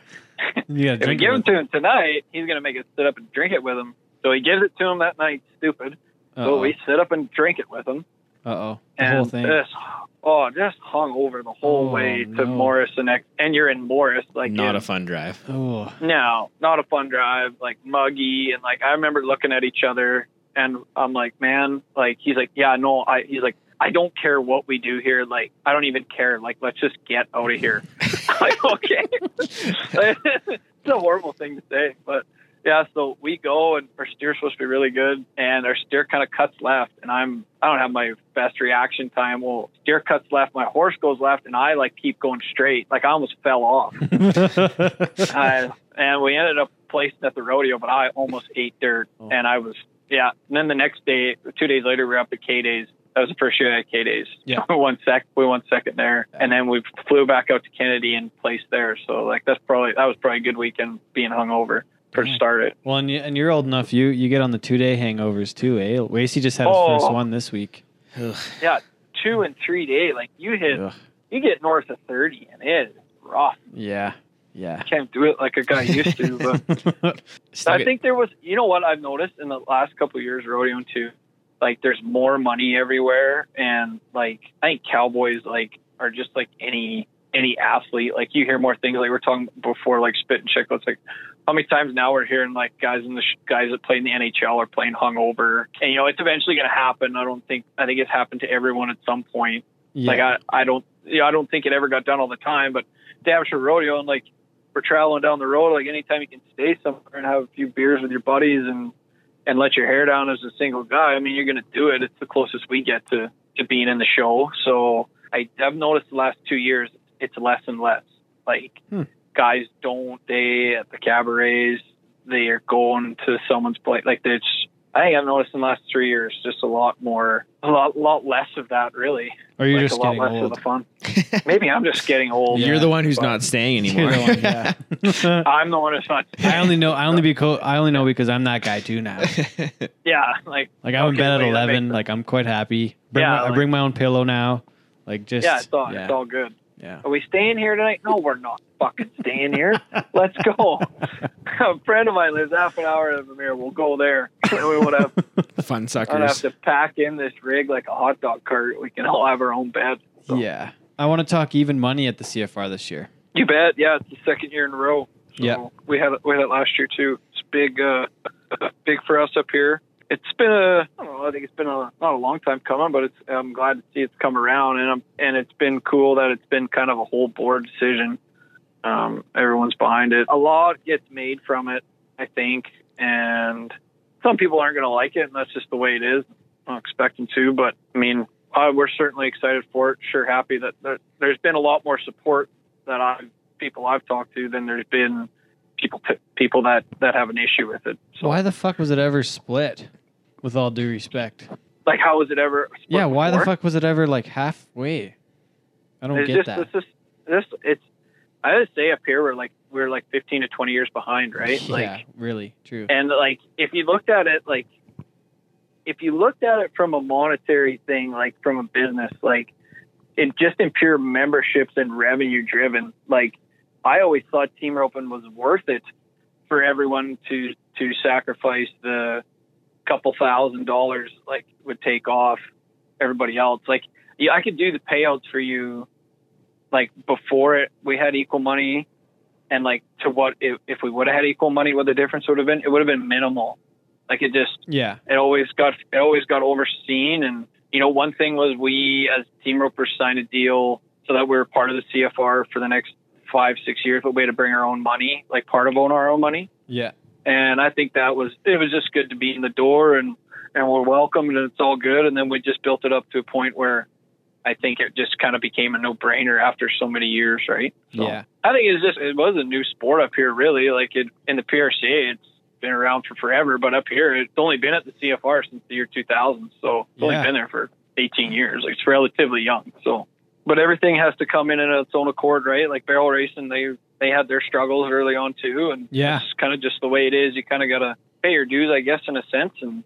[SPEAKER 2] You gotta
[SPEAKER 4] if we
[SPEAKER 2] drink
[SPEAKER 4] give it
[SPEAKER 2] with
[SPEAKER 4] to him tonight, he's gonna make us sit up and drink it with him. So he gives it to him that night, stupid. So we sit up and drink it with him,
[SPEAKER 2] Uh oh. The
[SPEAKER 4] and
[SPEAKER 2] whole thing.
[SPEAKER 4] just oh, just hung over the whole
[SPEAKER 2] Oh,
[SPEAKER 4] way to
[SPEAKER 2] no.
[SPEAKER 4] Morris and ex- and you're in Morris like
[SPEAKER 3] Not
[SPEAKER 4] in-
[SPEAKER 3] a fun drive.
[SPEAKER 2] Oh.
[SPEAKER 4] no, not a fun drive. Like muggy, and like I remember looking at each other, and I'm like, man, like he's like, yeah, no, I. He's like, I don't care what we do here. Like I don't even care. Like let's just get out of here. I'm like okay, it's a horrible thing to say, but yeah. So we go, and our steer's supposed to be really good, and our steer kind of cuts left, and I'm I don't have my best reaction time. Well, steer cuts left, my horse goes left, and I like keep going straight. Like I almost fell off. I, and we ended up placing at the rodeo, but I almost ate dirt,
[SPEAKER 2] Oh.
[SPEAKER 4] and I was yeah. And then the next day, two days later, we were up at K Days. That was the first year at K Days.
[SPEAKER 2] Yeah.
[SPEAKER 4] we won sec, we won second there, and then we flew back out to Kennedy and placed there. So like that's probably that was probably a good weekend being hungover for
[SPEAKER 2] Yeah.
[SPEAKER 4] started.
[SPEAKER 2] well, and, you, and you're old enough. You you get on the two day hangovers too, eh? Wacy just had his
[SPEAKER 4] Oh.
[SPEAKER 2] first one this week.
[SPEAKER 4] Two and three day, like you hit,
[SPEAKER 2] Ugh.
[SPEAKER 4] you get north of thirty, and it is rough.
[SPEAKER 2] Yeah. Yeah.
[SPEAKER 4] You can't do it like a guy used to, but.
[SPEAKER 3] Still
[SPEAKER 4] I
[SPEAKER 3] get-
[SPEAKER 4] think there was, you know what I've noticed in the last couple of years, rodeoing too, like there's more money everywhere, and like I think cowboys like are just like any any athlete. Like you hear more things like we we're talking before, like spit and chicklets. Like how many times now we're hearing like guys in the sh- guys that play in the NHL are playing hungover, and you know it's eventually going to happen. I don't think I think it's happened to everyone at some point.
[SPEAKER 2] yeah.
[SPEAKER 4] Like I, I don't, you know, I don't think it ever got done all the time, but Davishire Rodeo and like we're traveling down the road, like anytime you can stay somewhere and have a few beers with your buddies and and let your hair down as a single guy, I mean, you're gonna do it. It's the closest we get to to being in the show. So I, I've noticed the last two years, it's less and less. Like
[SPEAKER 2] Hmm.
[SPEAKER 4] guys don't they at the cabarets, they are going to someone's place. Like there's, I think I've noticed in the last three years, just a lot more, a lot, lot less of that, really
[SPEAKER 2] or you're
[SPEAKER 4] like
[SPEAKER 2] just
[SPEAKER 4] a lot
[SPEAKER 2] getting
[SPEAKER 4] less
[SPEAKER 2] old.
[SPEAKER 4] of the fun. Maybe I'm just getting old.
[SPEAKER 2] Yeah.
[SPEAKER 3] You're the one who's
[SPEAKER 4] Well,
[SPEAKER 3] not staying
[SPEAKER 2] You're
[SPEAKER 3] anymore.
[SPEAKER 2] the one, yeah.
[SPEAKER 4] I'm the one who's not.
[SPEAKER 2] I only know. I only beco- I only know because I'm that guy too now.
[SPEAKER 4] Yeah, like
[SPEAKER 2] Like I'm in
[SPEAKER 4] Okay,
[SPEAKER 2] bed at
[SPEAKER 4] wait, that
[SPEAKER 2] eleven.
[SPEAKER 4] makes sense.
[SPEAKER 2] Like I'm quite happy. Bring
[SPEAKER 4] Yeah,
[SPEAKER 2] my, I
[SPEAKER 4] like-
[SPEAKER 2] bring my own pillow now. Like just
[SPEAKER 4] yeah, it's all
[SPEAKER 2] yeah.
[SPEAKER 4] it's all good.
[SPEAKER 2] yeah.
[SPEAKER 4] Are we staying here tonight? No, we're not fucking staying here. Let's go. a friend of mine lives half an hour from here. We'll go there. And we would have
[SPEAKER 3] Fun
[SPEAKER 4] I'd have
[SPEAKER 3] suckers.
[SPEAKER 4] to pack in this rig like a hot dog cart. We can all have our own bed. So-
[SPEAKER 2] Yeah. I want to talk even money at the CFR this year.
[SPEAKER 4] You bet. Yeah, it's the second year in a row. So
[SPEAKER 2] Yeah.
[SPEAKER 4] we had it, we had it last year too. It's big, uh, big for us up here. It's been a, I don't know, I think it's been a not a long time coming, but it's I'm glad to see it's come around, and I'm and it's been cool that it's been kind of a whole board decision. Um, everyone's behind it. A lot gets made from it, I think, and some people aren't going to like it, and that's just the way it is. I don't expect them to, but I mean, uh, we're certainly excited for it. Sure, happy that there, there's been a lot more support that I've people I've talked to than there's been people people that that have an issue with it. So
[SPEAKER 2] Why the fuck was it ever split? With all due respect.
[SPEAKER 4] like, how was it ever? split
[SPEAKER 2] yeah. Why the
[SPEAKER 4] before?
[SPEAKER 2] fuck was it ever like halfway? I don't
[SPEAKER 4] It's
[SPEAKER 2] get
[SPEAKER 4] just
[SPEAKER 2] that.
[SPEAKER 4] this is this it's. I just say up here we're like we were like 15 to 20 years behind, right?
[SPEAKER 2] yeah,
[SPEAKER 4] Like,
[SPEAKER 2] really true.
[SPEAKER 4] and like, if you looked at it, like, if you looked at it from a monetary thing, like from a business, like, in just in pure memberships and revenue driven, like, I always thought Team Open was worth it for everyone to to sacrifice the couple thousand dollars like would take off everybody else. Like, yeah, I could do the payouts for you, like before it we had equal money, and like to what if, if we would have had equal money, what the difference would have been? It would have been minimal. Like it just
[SPEAKER 2] Yeah,
[SPEAKER 4] it always got it always got overseen and you know one thing was we as team ropers signed a deal so that we were part of the cfr for the next five six years but we had to bring our own money like part of own our own money
[SPEAKER 2] yeah,
[SPEAKER 4] and i think that was it was just good to be in the door and and we're welcomed and it's all good and then we just built it up to a point where i think it just kind of became a no brainer after so many years right So-
[SPEAKER 2] yeah.
[SPEAKER 4] I think it's just it was a new sport up here, really. Like it, in the PRCA, it's been around for forever, but up here, it's only been at the CFR since the year 2000, so it's only
[SPEAKER 2] Yeah.
[SPEAKER 4] been there for 18 years. Like, it's relatively young. So, but everything has to come in in its own accord, right? Like barrel racing, they they had their struggles early on too, and
[SPEAKER 2] Yeah.
[SPEAKER 4] it's kind of just the way it is. You kind of gotta pay your dues, I guess, in a sense, and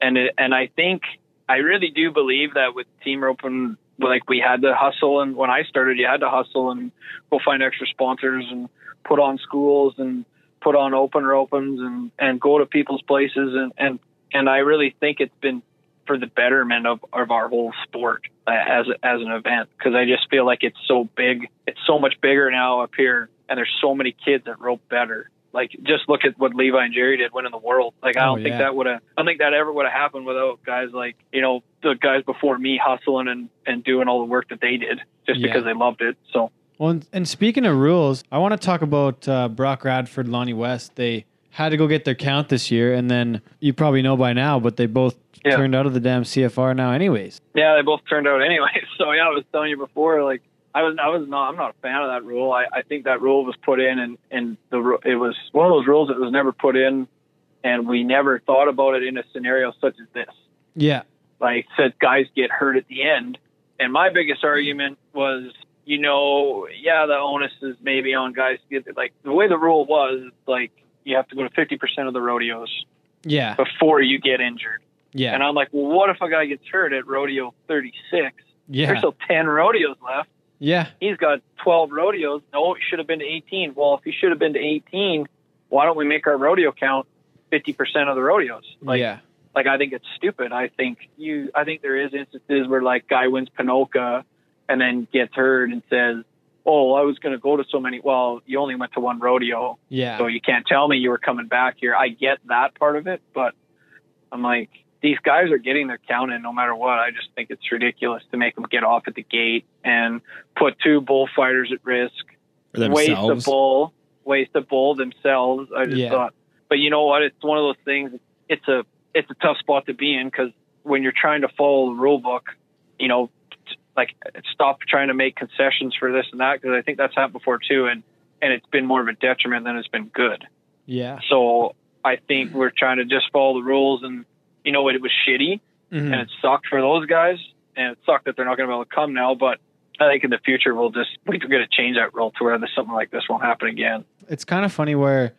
[SPEAKER 4] and it, and I think I really do believe that with team roping, like we had to hustle, and when I started, you had to hustle and go find extra sponsors and put on schools and put on opener opens and and go to people's places and and and I really think it's been for the betterment of of our whole sport uh, as as an event because I just feel like it's so big, it's so much bigger now up here, and there's so many kids that rope better. Like just look at what Levi and Jerry did winning the world. Like I
[SPEAKER 2] Oh,
[SPEAKER 4] don't think
[SPEAKER 2] yeah.
[SPEAKER 4] that would have, I don't think that ever would have happened without guys like you know the guys before me hustling and and doing all the work that they did just
[SPEAKER 2] Yeah.
[SPEAKER 4] because they loved it. So
[SPEAKER 2] Well, and- and speaking of rules, I want to talk about uh, Brock Radford, Lonnie West. They had to go get their count this year, and then you probably know by now, but they both
[SPEAKER 4] Yeah.
[SPEAKER 2] turned out of the damn CFR now, anyways.
[SPEAKER 4] Yeah, they both turned out anyway. So yeah, I was telling you before, like I was, I was not, I'm not a fan of that rule. I, I think that rule was put in, and and the ru- it was one of those rules that was never put in, and we never thought about it in a scenario such as this.
[SPEAKER 2] Yeah,
[SPEAKER 4] Like said, guys get hurt at the end, and my biggest argument was, you know, yeah, the onus is maybe on guys to get like the way the rule was, like you have to go to 50% of the rodeos
[SPEAKER 2] yeah,
[SPEAKER 4] before you get injured. And
[SPEAKER 2] yeah,
[SPEAKER 4] I'm like, well, what if a guy gets hurt at rodeo 36? There's
[SPEAKER 2] yeah,
[SPEAKER 4] still 10 rodeos left.
[SPEAKER 2] yeah,
[SPEAKER 4] He's got 12 rodeos. No, it should have been to 18. Well, if he should have been to 18, why don't we make our rodeo count 50% of the rodeos? Like,
[SPEAKER 2] yeah,
[SPEAKER 4] like I think it's stupid. I think you, I think there is instances where like guy wins Pinoca and then gets hurt and says, oh, I was going to go to so many. Well, you only went to one rodeo.
[SPEAKER 2] yeah,
[SPEAKER 4] So you can't tell me you were coming back here. I get that part of it, but I'm like, these guys are getting their count in no matter what. I just think it's ridiculous to make them get off at the gate and put two bullfighters at risk,
[SPEAKER 3] Or
[SPEAKER 4] waste a bull, waste a bull themselves. I just
[SPEAKER 2] Yeah.
[SPEAKER 4] thought, but you know what? It's one of those things. It's a it's a tough spot to be in because when you're trying to follow the rule book, you know, t- like stop trying to make concessions for this and that because I think that's happened before too, and and it's been more of a detriment than it's been good.
[SPEAKER 2] yeah,
[SPEAKER 4] So I think we're trying to just follow the rules, and you know what? It was shitty,
[SPEAKER 2] mhm,
[SPEAKER 4] and it sucked for those guys, and it sucked that they're not going to be able to come now. But I think in the future we'll just we're going to change that rule to where this, something like this won't happen again.
[SPEAKER 2] it's kind of funny where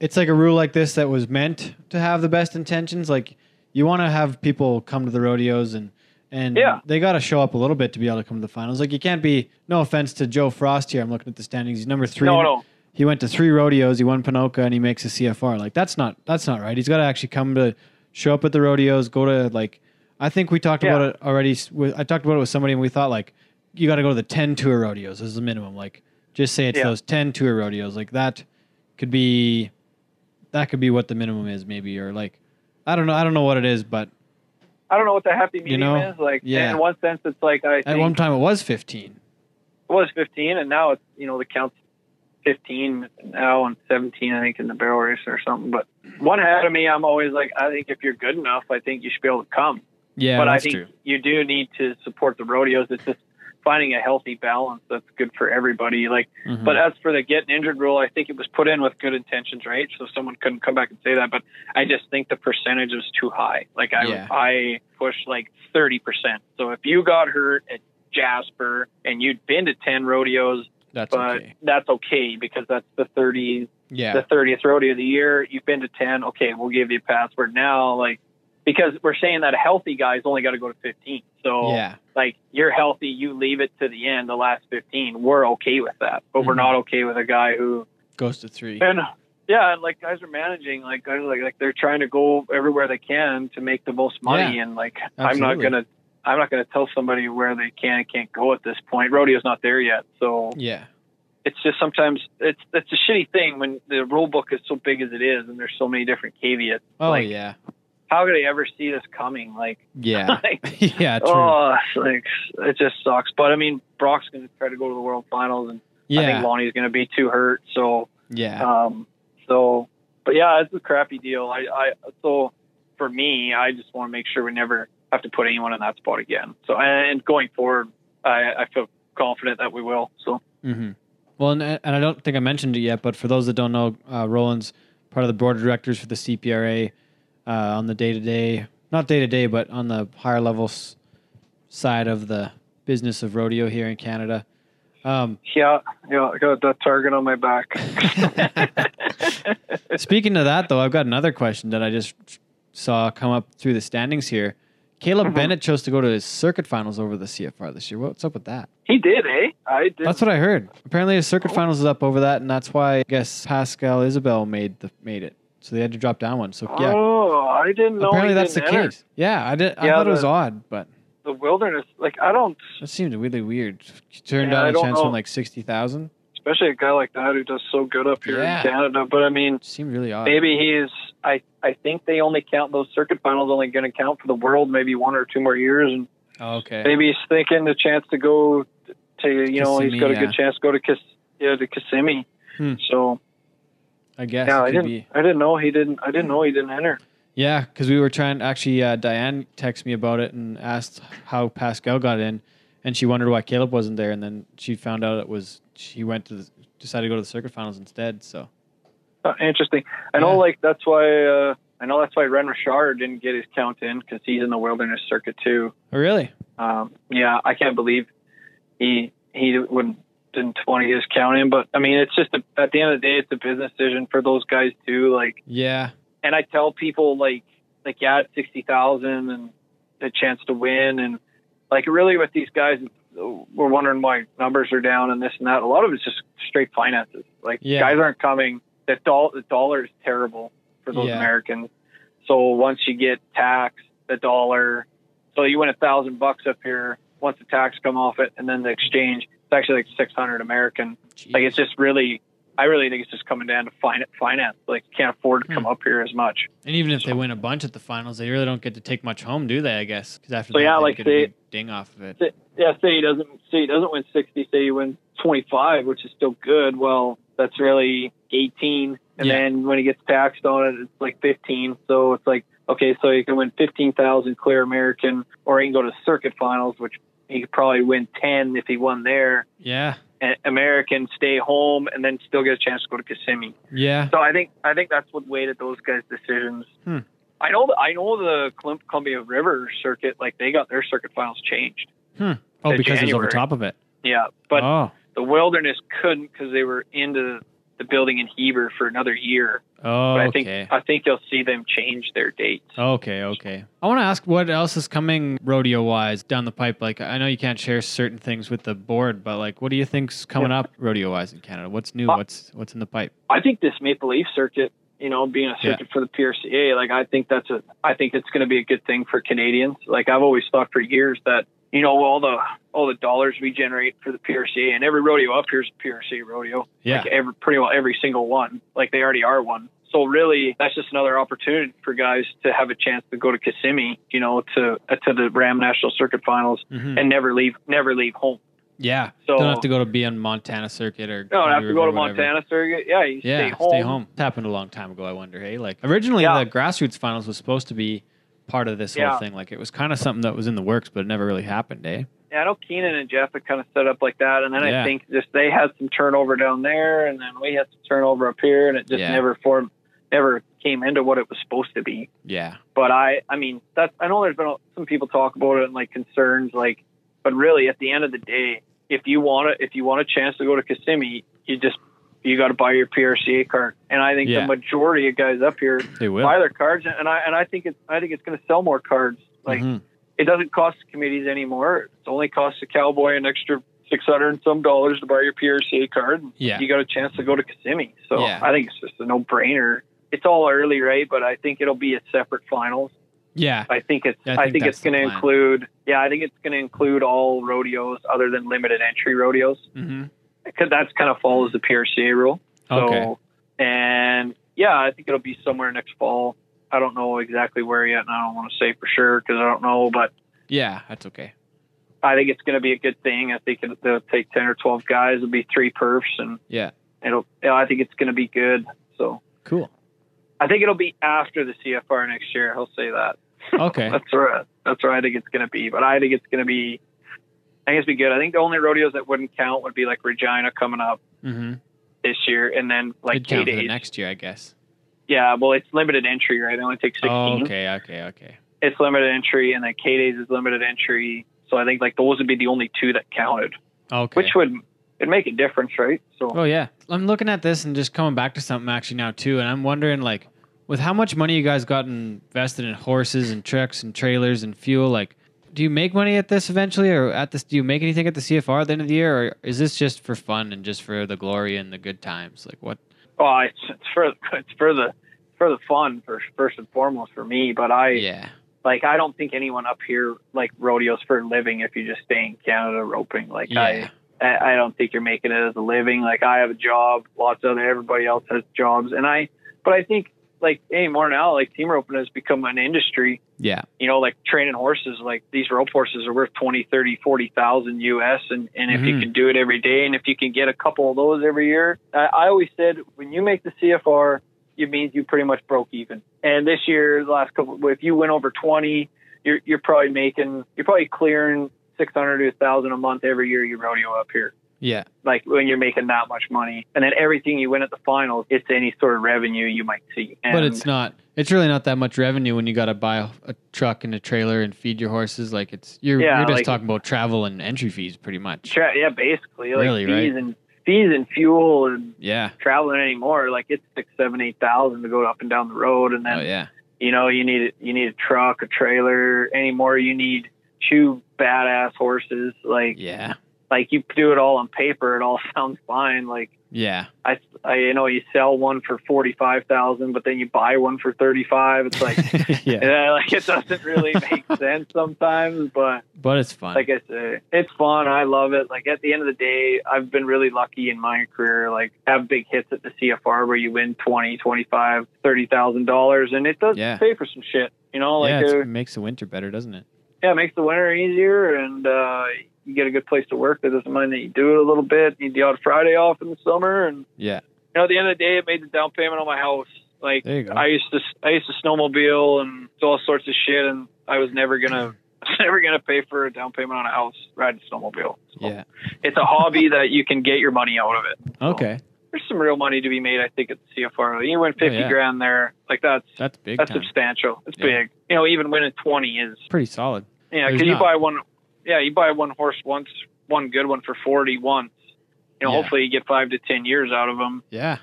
[SPEAKER 2] it's like a rule like this that was meant to have the best intentions. Like you want to have people come to the rodeos and and
[SPEAKER 4] Yeah.
[SPEAKER 2] they got to show up a little bit to be able to come to the finals. Like you can't be. No offense to Joe Frost here. I'm looking at the standings. He's number three.
[SPEAKER 4] No, no,
[SPEAKER 2] He went to three rodeos. He won Panoka and he makes a CFR. Like that's not that's not right. He's got to actually come to show up at the rodeos. Go to like I think we talked
[SPEAKER 4] Yeah.
[SPEAKER 2] about it already. s- with- I talked about it with somebody and we thought like you got to go to the ten tour rodeos as the minimum. Like just say it's
[SPEAKER 4] Yeah.
[SPEAKER 2] those ten tour rodeos. Like that could be that could be what the minimum is maybe or like I don't know I don't know what it is but
[SPEAKER 4] I don't know what the happy medium
[SPEAKER 2] know,
[SPEAKER 4] is. Like
[SPEAKER 2] yeah.
[SPEAKER 4] in one sense, it's like I
[SPEAKER 2] at
[SPEAKER 4] think
[SPEAKER 2] one time it was fifteen.
[SPEAKER 4] it was 15, and now it's you know the count's 15 now and 17, I think, in the barrel race or something. But one half of me, I'm always like, I think if you're good enough, I think you should be able to come.
[SPEAKER 2] Yeah,
[SPEAKER 4] but I
[SPEAKER 2] that's
[SPEAKER 4] think
[SPEAKER 2] true.
[SPEAKER 4] you do need to support the rodeos. It's just finding a healthy balance that's good for everybody. Like,
[SPEAKER 2] Mhm.
[SPEAKER 4] but as for the getting injured rule, I think it was put in with good intentions, right? So someone couldn't come back and say that. But I just think the percentage is too high. Like I,
[SPEAKER 2] Yeah.
[SPEAKER 4] I push like thirty percent. So if you got hurt at Jasper and you'd been to ten rodeos
[SPEAKER 2] Mm-hmm. That's
[SPEAKER 4] but
[SPEAKER 2] okay.
[SPEAKER 4] that's okay because that's the 30
[SPEAKER 2] Yeah.
[SPEAKER 4] the 30th rodeo of the year. You've been to 10. Okay, we'll give you a password now. Like, because we're saying that a healthy guy's only got to go to 15. So,
[SPEAKER 2] Yeah.
[SPEAKER 4] like, you're healthy, you leave it to the end, the last 15. We're okay with that, but we're
[SPEAKER 2] Mhm.
[SPEAKER 4] not okay with a guy who,
[SPEAKER 2] Goes to three.
[SPEAKER 4] Mm-hmm. and yeah, and like guys are managing, like, guys are like, like they're trying to go everywhere they can to make the most money. And like, I'm
[SPEAKER 2] absolutely.
[SPEAKER 4] not going to, I'm not going to tell somebody where they can and can't go at this point. Rodeo's not there yet. So,
[SPEAKER 2] Yeah.
[SPEAKER 4] it's just sometimes it's it's a shitty thing when the rule book is so big as it is and there's so many different caveats.
[SPEAKER 2] Oh
[SPEAKER 4] like,
[SPEAKER 2] yeah.
[SPEAKER 4] How could I ever see this coming? Like,
[SPEAKER 2] Yeah.
[SPEAKER 4] like
[SPEAKER 2] yeah. True.
[SPEAKER 4] oh, it's like it just sucks. But I mean, Brock's going to try to go to the World Finals, and I think
[SPEAKER 2] yeah.
[SPEAKER 4] Lonnie's going to be too hurt. So,
[SPEAKER 2] Yeah.
[SPEAKER 4] um, so, but yeah, it's a crappy deal. I, I so for me, I just want to make sure we never have to put anyone in that spot again. So, and going forward, I, I feel confident that we will. So.
[SPEAKER 2] Mm-hmm. Well, and, and I don't think I mentioned it yet, but for those that don't know, uh, Roland's part of the board of directors for the CPRA uh, on the day to day, not day to day, but on the higher level s- side of the business of rodeo here in Canada. Um,
[SPEAKER 4] Yeah, yeah, I got that target on my back.
[SPEAKER 2] Speaking of that, though, I've got another question that I just saw come up through the standings here. Caleb Bennett chose to go to his circuit finals over the CFR this year. What's up with that?
[SPEAKER 4] he did, eh? I did.
[SPEAKER 2] That's what I heard. Apparently, his
[SPEAKER 4] Oh.
[SPEAKER 2] circuit finals is up over that, and that's why I guess Pascal Isabel made the made it. So they had to drop down one. So yeah,
[SPEAKER 4] Oh, I didn't know.
[SPEAKER 2] apparently
[SPEAKER 4] he
[SPEAKER 2] that's the
[SPEAKER 4] didn't enter.
[SPEAKER 2] case. Yeah, I did. I
[SPEAKER 4] Yeah,
[SPEAKER 2] thought it was
[SPEAKER 4] the-
[SPEAKER 2] odd, but
[SPEAKER 4] The wilderness, like I don't,
[SPEAKER 2] that seemed really weird. Turned
[SPEAKER 4] Yeah, I
[SPEAKER 2] down a
[SPEAKER 4] don't
[SPEAKER 2] chance from
[SPEAKER 4] know.
[SPEAKER 2] like sixty thousand.
[SPEAKER 4] especially a guy like that who does so good up here
[SPEAKER 2] Yeah.
[SPEAKER 4] in Canada. But I mean,
[SPEAKER 2] Seemed really odd.
[SPEAKER 4] maybe he's. I I think they only count those circuit finals. Only going to count for the world, maybe one or two more years, and
[SPEAKER 2] Oh, okay.
[SPEAKER 4] maybe he's thinking the chance to go to you know
[SPEAKER 2] Kissimmee,
[SPEAKER 4] he's got a
[SPEAKER 2] yeah.
[SPEAKER 4] good chance to go to Kiss yeah to Kissimmee.
[SPEAKER 2] Hmm.
[SPEAKER 4] So
[SPEAKER 2] I guess it
[SPEAKER 4] yeah, I
[SPEAKER 2] could
[SPEAKER 4] didn't
[SPEAKER 2] be.
[SPEAKER 4] I didn't know he didn't I didn't know he didn't enter.
[SPEAKER 2] Yeah, because we were trying. Actually, uh, Diane texted me about it and asked how Pascal got in, and she wondered why Caleb wasn't there. And then she found out it was she went to the, decided to go to the circuit finals instead. So
[SPEAKER 4] Uh, interesting. I know,
[SPEAKER 2] Yeah.
[SPEAKER 4] like that's why uh, I know that's why Ren Richard didn't get his count in because he's in the wilderness circuit too.
[SPEAKER 2] oh, really,
[SPEAKER 4] Um, yeah, I can't believe he he wouldn't didn't want to get his count in. But I mean, it's just a, at the end of the day, it's a business decision for those guys too. Like,
[SPEAKER 2] yeah,
[SPEAKER 4] and I tell people like like yeah, it's sixty thousand and the chance to win and like really with these guys, we're wondering why numbers are down and this and that. A lot of it's just straight finances. Like
[SPEAKER 2] Yeah.
[SPEAKER 4] guys aren't coming. The, doll, the dollar is terrible for those
[SPEAKER 2] Yeah.
[SPEAKER 4] Americans. So once you get tax, the dollar, so you win a thousand bucks up here. Once the tax come off it, and then the exchange, it's actually like six hundred American. Like it's just really, I really think it's just coming down to fin- finance. Like you can't afford to come up here as much.
[SPEAKER 2] and even if they win a bunch at the finals, they really don't get to take much home, do they? I guess because after
[SPEAKER 4] So,
[SPEAKER 2] that,
[SPEAKER 4] yeah,
[SPEAKER 2] they
[SPEAKER 4] like,
[SPEAKER 2] get
[SPEAKER 4] they-
[SPEAKER 2] a big ding off of it.
[SPEAKER 4] Say- yeah, say he doesn't say he doesn't win sixty, say he wins twenty five, which is still good. Well, that's really eighteen. And
[SPEAKER 2] Yeah.
[SPEAKER 4] then when he gets taxed on it, it's like fifteen. So it's like okay, so he can win fifteen thousand clear American, or he can go to circuit finals, which he could probably win ten if he won there.
[SPEAKER 2] Yeah,
[SPEAKER 4] And American stay home and then still get a chance to go to Kissimmee.
[SPEAKER 2] yeah,
[SPEAKER 4] So I think I think that's what weighted those guys' decisions.
[SPEAKER 2] Hmm.
[SPEAKER 4] I know I know the Colum- Columbia River circuit, like they got their circuit finals changed.
[SPEAKER 2] oh,
[SPEAKER 4] the
[SPEAKER 2] because it's over
[SPEAKER 4] January.
[SPEAKER 2] top of it.
[SPEAKER 4] Yeah, but
[SPEAKER 2] oh,
[SPEAKER 4] the wilderness couldn't because they were into the building in Heber for another year.
[SPEAKER 2] oh,
[SPEAKER 4] But I think
[SPEAKER 2] okay. Oh.
[SPEAKER 4] I think you'll see them change their dates.
[SPEAKER 2] Okay, okay. I want to ask what else is coming rodeo wise down the pipe. Like, I know you can't share certain things with the board, but like, what do you think's coming up rodeo wise in Canada? What's new?
[SPEAKER 4] Uh,
[SPEAKER 2] What's what's in the pipe?
[SPEAKER 4] I think this Maple Leaf circuit, you know, being a circuit for the PRCA, like I think that's a I think it's going to be a good thing for Canadians. Like I've always thought for years that you know all the all the dollars we generate for the PRCA and every rodeo up here is a PRCA rodeo.
[SPEAKER 2] Yeah,
[SPEAKER 4] like every pretty well every single one. Like they already are one. So really, that's just another opportunity for guys to have a chance to go to Kissimmee, you know, to uh, to the Ram National Circuit Finals
[SPEAKER 2] hmm
[SPEAKER 4] and never leave never leave home.
[SPEAKER 2] yeah.
[SPEAKER 4] So-
[SPEAKER 2] don't have to go to be on Montana circuit or
[SPEAKER 4] No,
[SPEAKER 2] Columbia
[SPEAKER 4] have to go
[SPEAKER 2] River
[SPEAKER 4] to
[SPEAKER 2] or whatever.
[SPEAKER 4] Montana Circuit. Yeah, you
[SPEAKER 2] Yeah,
[SPEAKER 4] stay home.
[SPEAKER 2] It's happened a long time ago. I wonder. Hey, like originally
[SPEAKER 4] Yeah.
[SPEAKER 2] the grassroots finals was supposed to be part of this whole
[SPEAKER 4] Yeah.
[SPEAKER 2] thing. Like it was kind of something that was in the works, but it never really happened. Eh?
[SPEAKER 4] Yeah, I know Keenan and Jeff had kind of set up like that, and then
[SPEAKER 2] Yeah.
[SPEAKER 4] I think just they had some turnover down there, and then we had some turnover up here, and it just
[SPEAKER 2] Yeah.
[SPEAKER 4] never formed, never came into what it was supposed to be.
[SPEAKER 2] Yeah.
[SPEAKER 4] But I, I mean, that's I know there's been a- some people talk about it and like concerns, like, but really at the end of the day, if you want to, if you want a chance to go to Kissimmee, you just you got to buy your PRCA card. And I think
[SPEAKER 2] Yeah.
[SPEAKER 4] the majority of guys up here
[SPEAKER 2] They will.
[SPEAKER 4] buy their cards, and I and I think it's I think it's going to sell more cards. Like
[SPEAKER 2] Mhm.
[SPEAKER 4] it doesn't cost the committees anymore. It only costs the cowboy an extra six hundred and some dollars to buy your PRCA card.
[SPEAKER 2] Yeah.
[SPEAKER 4] you got a chance to go to Kissimmee. So
[SPEAKER 2] Yeah.
[SPEAKER 4] I think it's just a no brainer. It's all early, right? But I think it'll be a separate finals.
[SPEAKER 2] Yeah.
[SPEAKER 4] I think it's
[SPEAKER 2] I
[SPEAKER 4] I
[SPEAKER 2] think
[SPEAKER 4] think,
[SPEAKER 2] that's
[SPEAKER 4] it's
[SPEAKER 2] the
[SPEAKER 4] going to
[SPEAKER 2] plan.
[SPEAKER 4] include yeah I think it's going to include all rodeos other than limited entry rodeos
[SPEAKER 2] Mm-hmm.
[SPEAKER 4] because that's kind of follows the PRCA rule. So,
[SPEAKER 2] Okay.
[SPEAKER 4] and yeah, I think it'll be somewhere next fall. I don't know exactly where yet, and I don't want to say for sure because I don't know. But
[SPEAKER 2] Yeah, that's okay.
[SPEAKER 4] I think it's going to be a good thing. I think it- they'll take ten or twelve guys. It'll be three perfs, and
[SPEAKER 2] Yeah.
[SPEAKER 4] it'll. Yeah, I think it's going to be good. So
[SPEAKER 2] Cool.
[SPEAKER 4] I think it'll be after the CFR next year. I'll say that.
[SPEAKER 2] Okay.
[SPEAKER 4] That's where that's where I think it's going to be. But I think it's going to be. I think it's gonna be good. I think the only rodeos that wouldn't count would be like Regina coming up
[SPEAKER 2] mm-hmm.
[SPEAKER 4] this year, and then like
[SPEAKER 2] It'd count
[SPEAKER 4] K
[SPEAKER 2] for the
[SPEAKER 4] Days.
[SPEAKER 2] next year, I guess.
[SPEAKER 4] Yeah, well, it's limited entry, right? They only take sixteen.
[SPEAKER 2] Oh, okay. Okay. Okay.
[SPEAKER 4] It's limited entry, and then K Days is limited entry. So I think like those would be the only two that counted,
[SPEAKER 2] Okay.
[SPEAKER 4] which would it make a difference, right? So
[SPEAKER 2] Oh yeah, I'm looking at this and just coming back to something actually now too, and I'm wondering like, with how much money you guys got invested in horses and trucks and trailers and fuel, like, do you make money at this eventually, or at this do you make anything at the CFR at the end of the year, or is this just for fun and just for the glory and the good times? Like what?
[SPEAKER 4] oh, it's, it's for it's for the for the fun for first and foremost for me. But I
[SPEAKER 2] Yeah.
[SPEAKER 4] like I don't think anyone up here like rodeos for a living if you just stay in Canada roping. Like
[SPEAKER 2] Yeah.
[SPEAKER 4] I I I don't think you're making it as a living. Like I have a job, lots of other everybody else has jobs, and I. But I think like anymore now, like team roping has become an industry.
[SPEAKER 2] yeah.
[SPEAKER 4] You know, like training horses, like these rope horses are worth twenty, thirty, forty thousand US, and and if
[SPEAKER 2] Mhm.
[SPEAKER 4] you can do it every day, and if you can get a couple of those every year, I, I always said when you make the CFR, it means you pretty much broke even. And this year, the last couple, if you went over twenty, you're you're probably making, you're probably clearing six hundred to a thousand a month every year you rodeo up here
[SPEAKER 2] Yeah.
[SPEAKER 4] like when you're making that much money and then everything you win at the finals it's any sort of revenue you might see and
[SPEAKER 2] But it's not. It's really not that much revenue when you got to buy a, a truck and a trailer and feed your horses. Like it's you're
[SPEAKER 4] Yeah,
[SPEAKER 2] you're just
[SPEAKER 4] like-
[SPEAKER 2] talking about travel and entry fees pretty much.
[SPEAKER 4] tra- yeah basically like
[SPEAKER 2] Really,
[SPEAKER 4] fees and fees and fuel and
[SPEAKER 2] yeah.
[SPEAKER 4] traveling anymore like it's six seven eight thousand to go up and down the road and then
[SPEAKER 2] Oh yeah.
[SPEAKER 4] you know you need you need a truck a trailer anymore you need two badass horses like
[SPEAKER 2] Yeah.
[SPEAKER 4] like you do it all on paper it all sounds fine like
[SPEAKER 2] Yeah.
[SPEAKER 4] I, I you know you sell one for 45,000 but then you buy one for 35 it's like
[SPEAKER 2] yeah.
[SPEAKER 4] yeah, like it doesn't really make sense sometimes, but
[SPEAKER 2] But it's fun.
[SPEAKER 4] like I say, it's fun. I love it. Like at the end of the day, I've been really lucky in my career, like have big hits at the CFR where you win twenty, twenty-five, thirty thousand dollars, and it does
[SPEAKER 2] Yeah.
[SPEAKER 4] pay for some shit. You know, like
[SPEAKER 2] yeah,
[SPEAKER 4] yeah,
[SPEAKER 2] it's-
[SPEAKER 4] uh,
[SPEAKER 2] it makes the winter better, doesn't it?
[SPEAKER 4] yeah, it makes the winter easier, and uh, you get a good place to work that doesn't mind that you do it a little bit. You get odd Friday off in the summer, and
[SPEAKER 2] Yeah.
[SPEAKER 4] you know, at the end of the day, it made the down payment on my house. Like
[SPEAKER 2] There you go.
[SPEAKER 4] I used to I used to snowmobile and do all sorts of shit, and I was never gonna I was never gonna pay for a down payment on a house riding a snowmobile. So
[SPEAKER 2] yeah.
[SPEAKER 4] it's a hobby that you can get your money out of it. So
[SPEAKER 2] Okay.
[SPEAKER 4] there's some real money to be made, I think, at the CFR. You win fifty
[SPEAKER 2] Oh, yeah.
[SPEAKER 4] grand there, like that's
[SPEAKER 2] That's big
[SPEAKER 4] that's
[SPEAKER 2] time.
[SPEAKER 4] substantial. It's
[SPEAKER 2] Yeah.
[SPEAKER 4] big. You know, even winning twenty is
[SPEAKER 2] Pretty solid.
[SPEAKER 4] yeah,
[SPEAKER 2] There's
[SPEAKER 4] because you
[SPEAKER 2] not.
[SPEAKER 4] buy one, yeah, you buy one horse once, one good one for forty once. You know,
[SPEAKER 2] Yeah.
[SPEAKER 4] hopefully you get five to ten years out of them.
[SPEAKER 2] Yeah.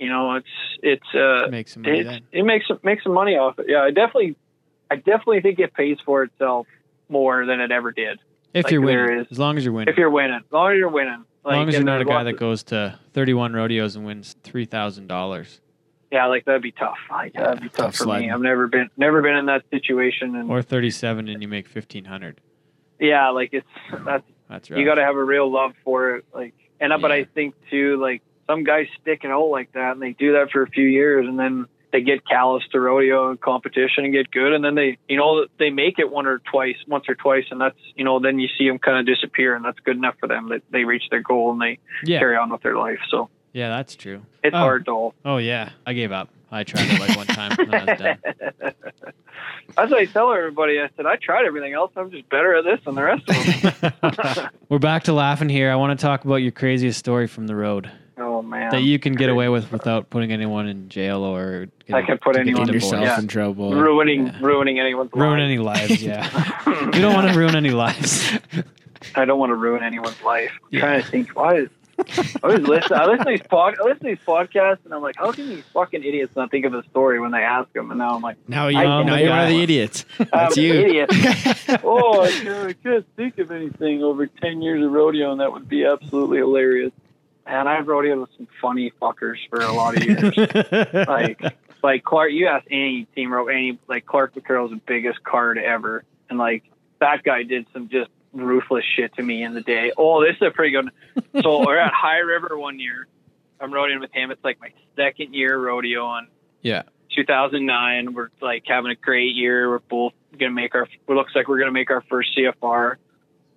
[SPEAKER 4] You know, it's it's uh,
[SPEAKER 2] Make some money
[SPEAKER 4] it,
[SPEAKER 2] then.
[SPEAKER 4] it makes makes some money off it. Yeah, I definitely, I definitely think it pays for itself more than it ever did.
[SPEAKER 2] If
[SPEAKER 4] like
[SPEAKER 2] you're
[SPEAKER 4] there
[SPEAKER 2] winning.
[SPEAKER 4] is-
[SPEAKER 2] As long as you're winning.
[SPEAKER 4] If you're winning, as long as you're winning,
[SPEAKER 2] as long as you're
[SPEAKER 4] and
[SPEAKER 2] not a
[SPEAKER 4] there's
[SPEAKER 2] guy
[SPEAKER 4] lots
[SPEAKER 2] that
[SPEAKER 4] of-
[SPEAKER 2] goes to 31 rodeos and wins $3,000
[SPEAKER 4] yeah, like that'd be tough. Like, that'd be tough,
[SPEAKER 3] tough
[SPEAKER 4] for
[SPEAKER 3] sledding.
[SPEAKER 4] me. I've never been never been in that situation, and
[SPEAKER 2] or 37 and you make 1500
[SPEAKER 4] yeah, like it's that's
[SPEAKER 2] That's right.
[SPEAKER 4] you got to have a real love for it. Like, and uh, but
[SPEAKER 2] Yeah.
[SPEAKER 4] I think too, like some guys stick it out like that, and they do that for a few years, and then they get callous to rodeo and competition and get good, and then they, you know, they make it one or twice, once or twice, and that's, you know, then you see them kind of disappear, and that's good enough for them. That they reach their goal and they
[SPEAKER 2] Yeah.
[SPEAKER 4] carry on with their life. So
[SPEAKER 2] Yeah, that's true.
[SPEAKER 4] it's
[SPEAKER 2] Oh.
[SPEAKER 4] hard though.
[SPEAKER 2] Oh, yeah. I gave up. I tried it like one time and then I was done.
[SPEAKER 4] That's what I tell everybody. I said I tried everything else. I'm just better at this than the rest of them.
[SPEAKER 2] We're back to laughing here. I want to talk about your craziest story from the road
[SPEAKER 4] oh man.
[SPEAKER 2] that you can get
[SPEAKER 4] Crazy
[SPEAKER 2] away with without putting anyone in jail or
[SPEAKER 4] I can put
[SPEAKER 2] to get
[SPEAKER 4] anyone
[SPEAKER 3] Getting
[SPEAKER 4] in
[SPEAKER 2] divorced.
[SPEAKER 3] yourself
[SPEAKER 4] Yeah.
[SPEAKER 3] in trouble.
[SPEAKER 4] ruining
[SPEAKER 2] Yeah.
[SPEAKER 4] ruining anyone's
[SPEAKER 2] ruin
[SPEAKER 4] life.
[SPEAKER 2] any lives. Yeah, we don't want to ruin any lives.
[SPEAKER 4] I don't want to ruin anyone's life. I'm trying to think why is I always listen. I listen to these pod, I listen to these podcasts, and I'm like, how can these fucking idiots not think of a story when they ask them? And now I'm like,
[SPEAKER 3] Now you,
[SPEAKER 4] I-
[SPEAKER 3] now you're one of the idiots. That's
[SPEAKER 4] I'm an
[SPEAKER 3] you.
[SPEAKER 4] idiot. oh, I can't, I can't think of anything over ten years of rodeo, and that would be absolutely hilarious. And I've rodeoed with some funny fuckers for a lot of years. like, like Clark, you ask any team rope, any like Clark McCarroll's the biggest card ever, and like that guy did some just ruthless shit to me in the day. Oh, this is a pretty good. So we're at High River one year. I'm rodeoing with him. It's like my second year rodeoing.
[SPEAKER 3] Yeah.
[SPEAKER 4] 2009. We're like having a great year. We're both gonna make our. It looks like we're gonna make our first CFR.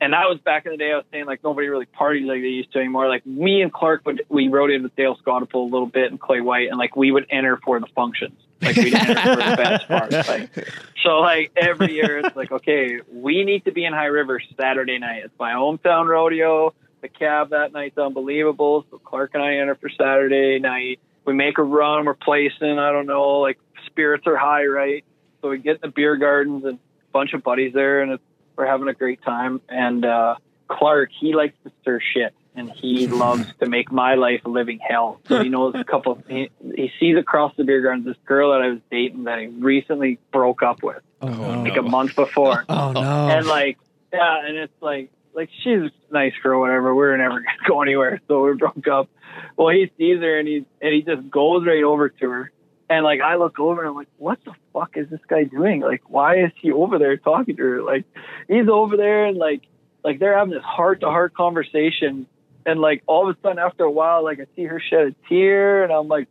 [SPEAKER 4] And that was back in the day. I was saying like nobody really parties like they used to anymore. Like me and Clark would we rode in with Dale Scottapole a little bit and Clay White, and like we would enter for the functions. Like we would enter for the best parts. Like so like every year it's like okay, we need to be in High River Saturday night. It's my hometown rodeo. The cab that night's unbelievable. So Clark and I enter for Saturday night we make a run, we're placing, I don't know, like spirits are high, right? So we get in the beer gardens and a bunch of buddies there and it's, we're having a great time. And uh, Clark, he likes to stir shit and he loves to make my life a living hell. So he knows a couple, he, he sees across the beer gardens this girl that I was dating that I recently broke up with
[SPEAKER 2] Oh, no.
[SPEAKER 4] like a month before
[SPEAKER 2] Oh, no.
[SPEAKER 4] and like yeah and it's like like she's a nice girl whatever we are never gonna go anywhere so we broke up well he sees her and he and he just goes right over to her and like i look over and i'm like what the fuck is this guy doing like why is he over there talking to her like he's over there and like like they're having this heart to heart conversation and like all of a sudden after a while like i see her shed a tear and i'm like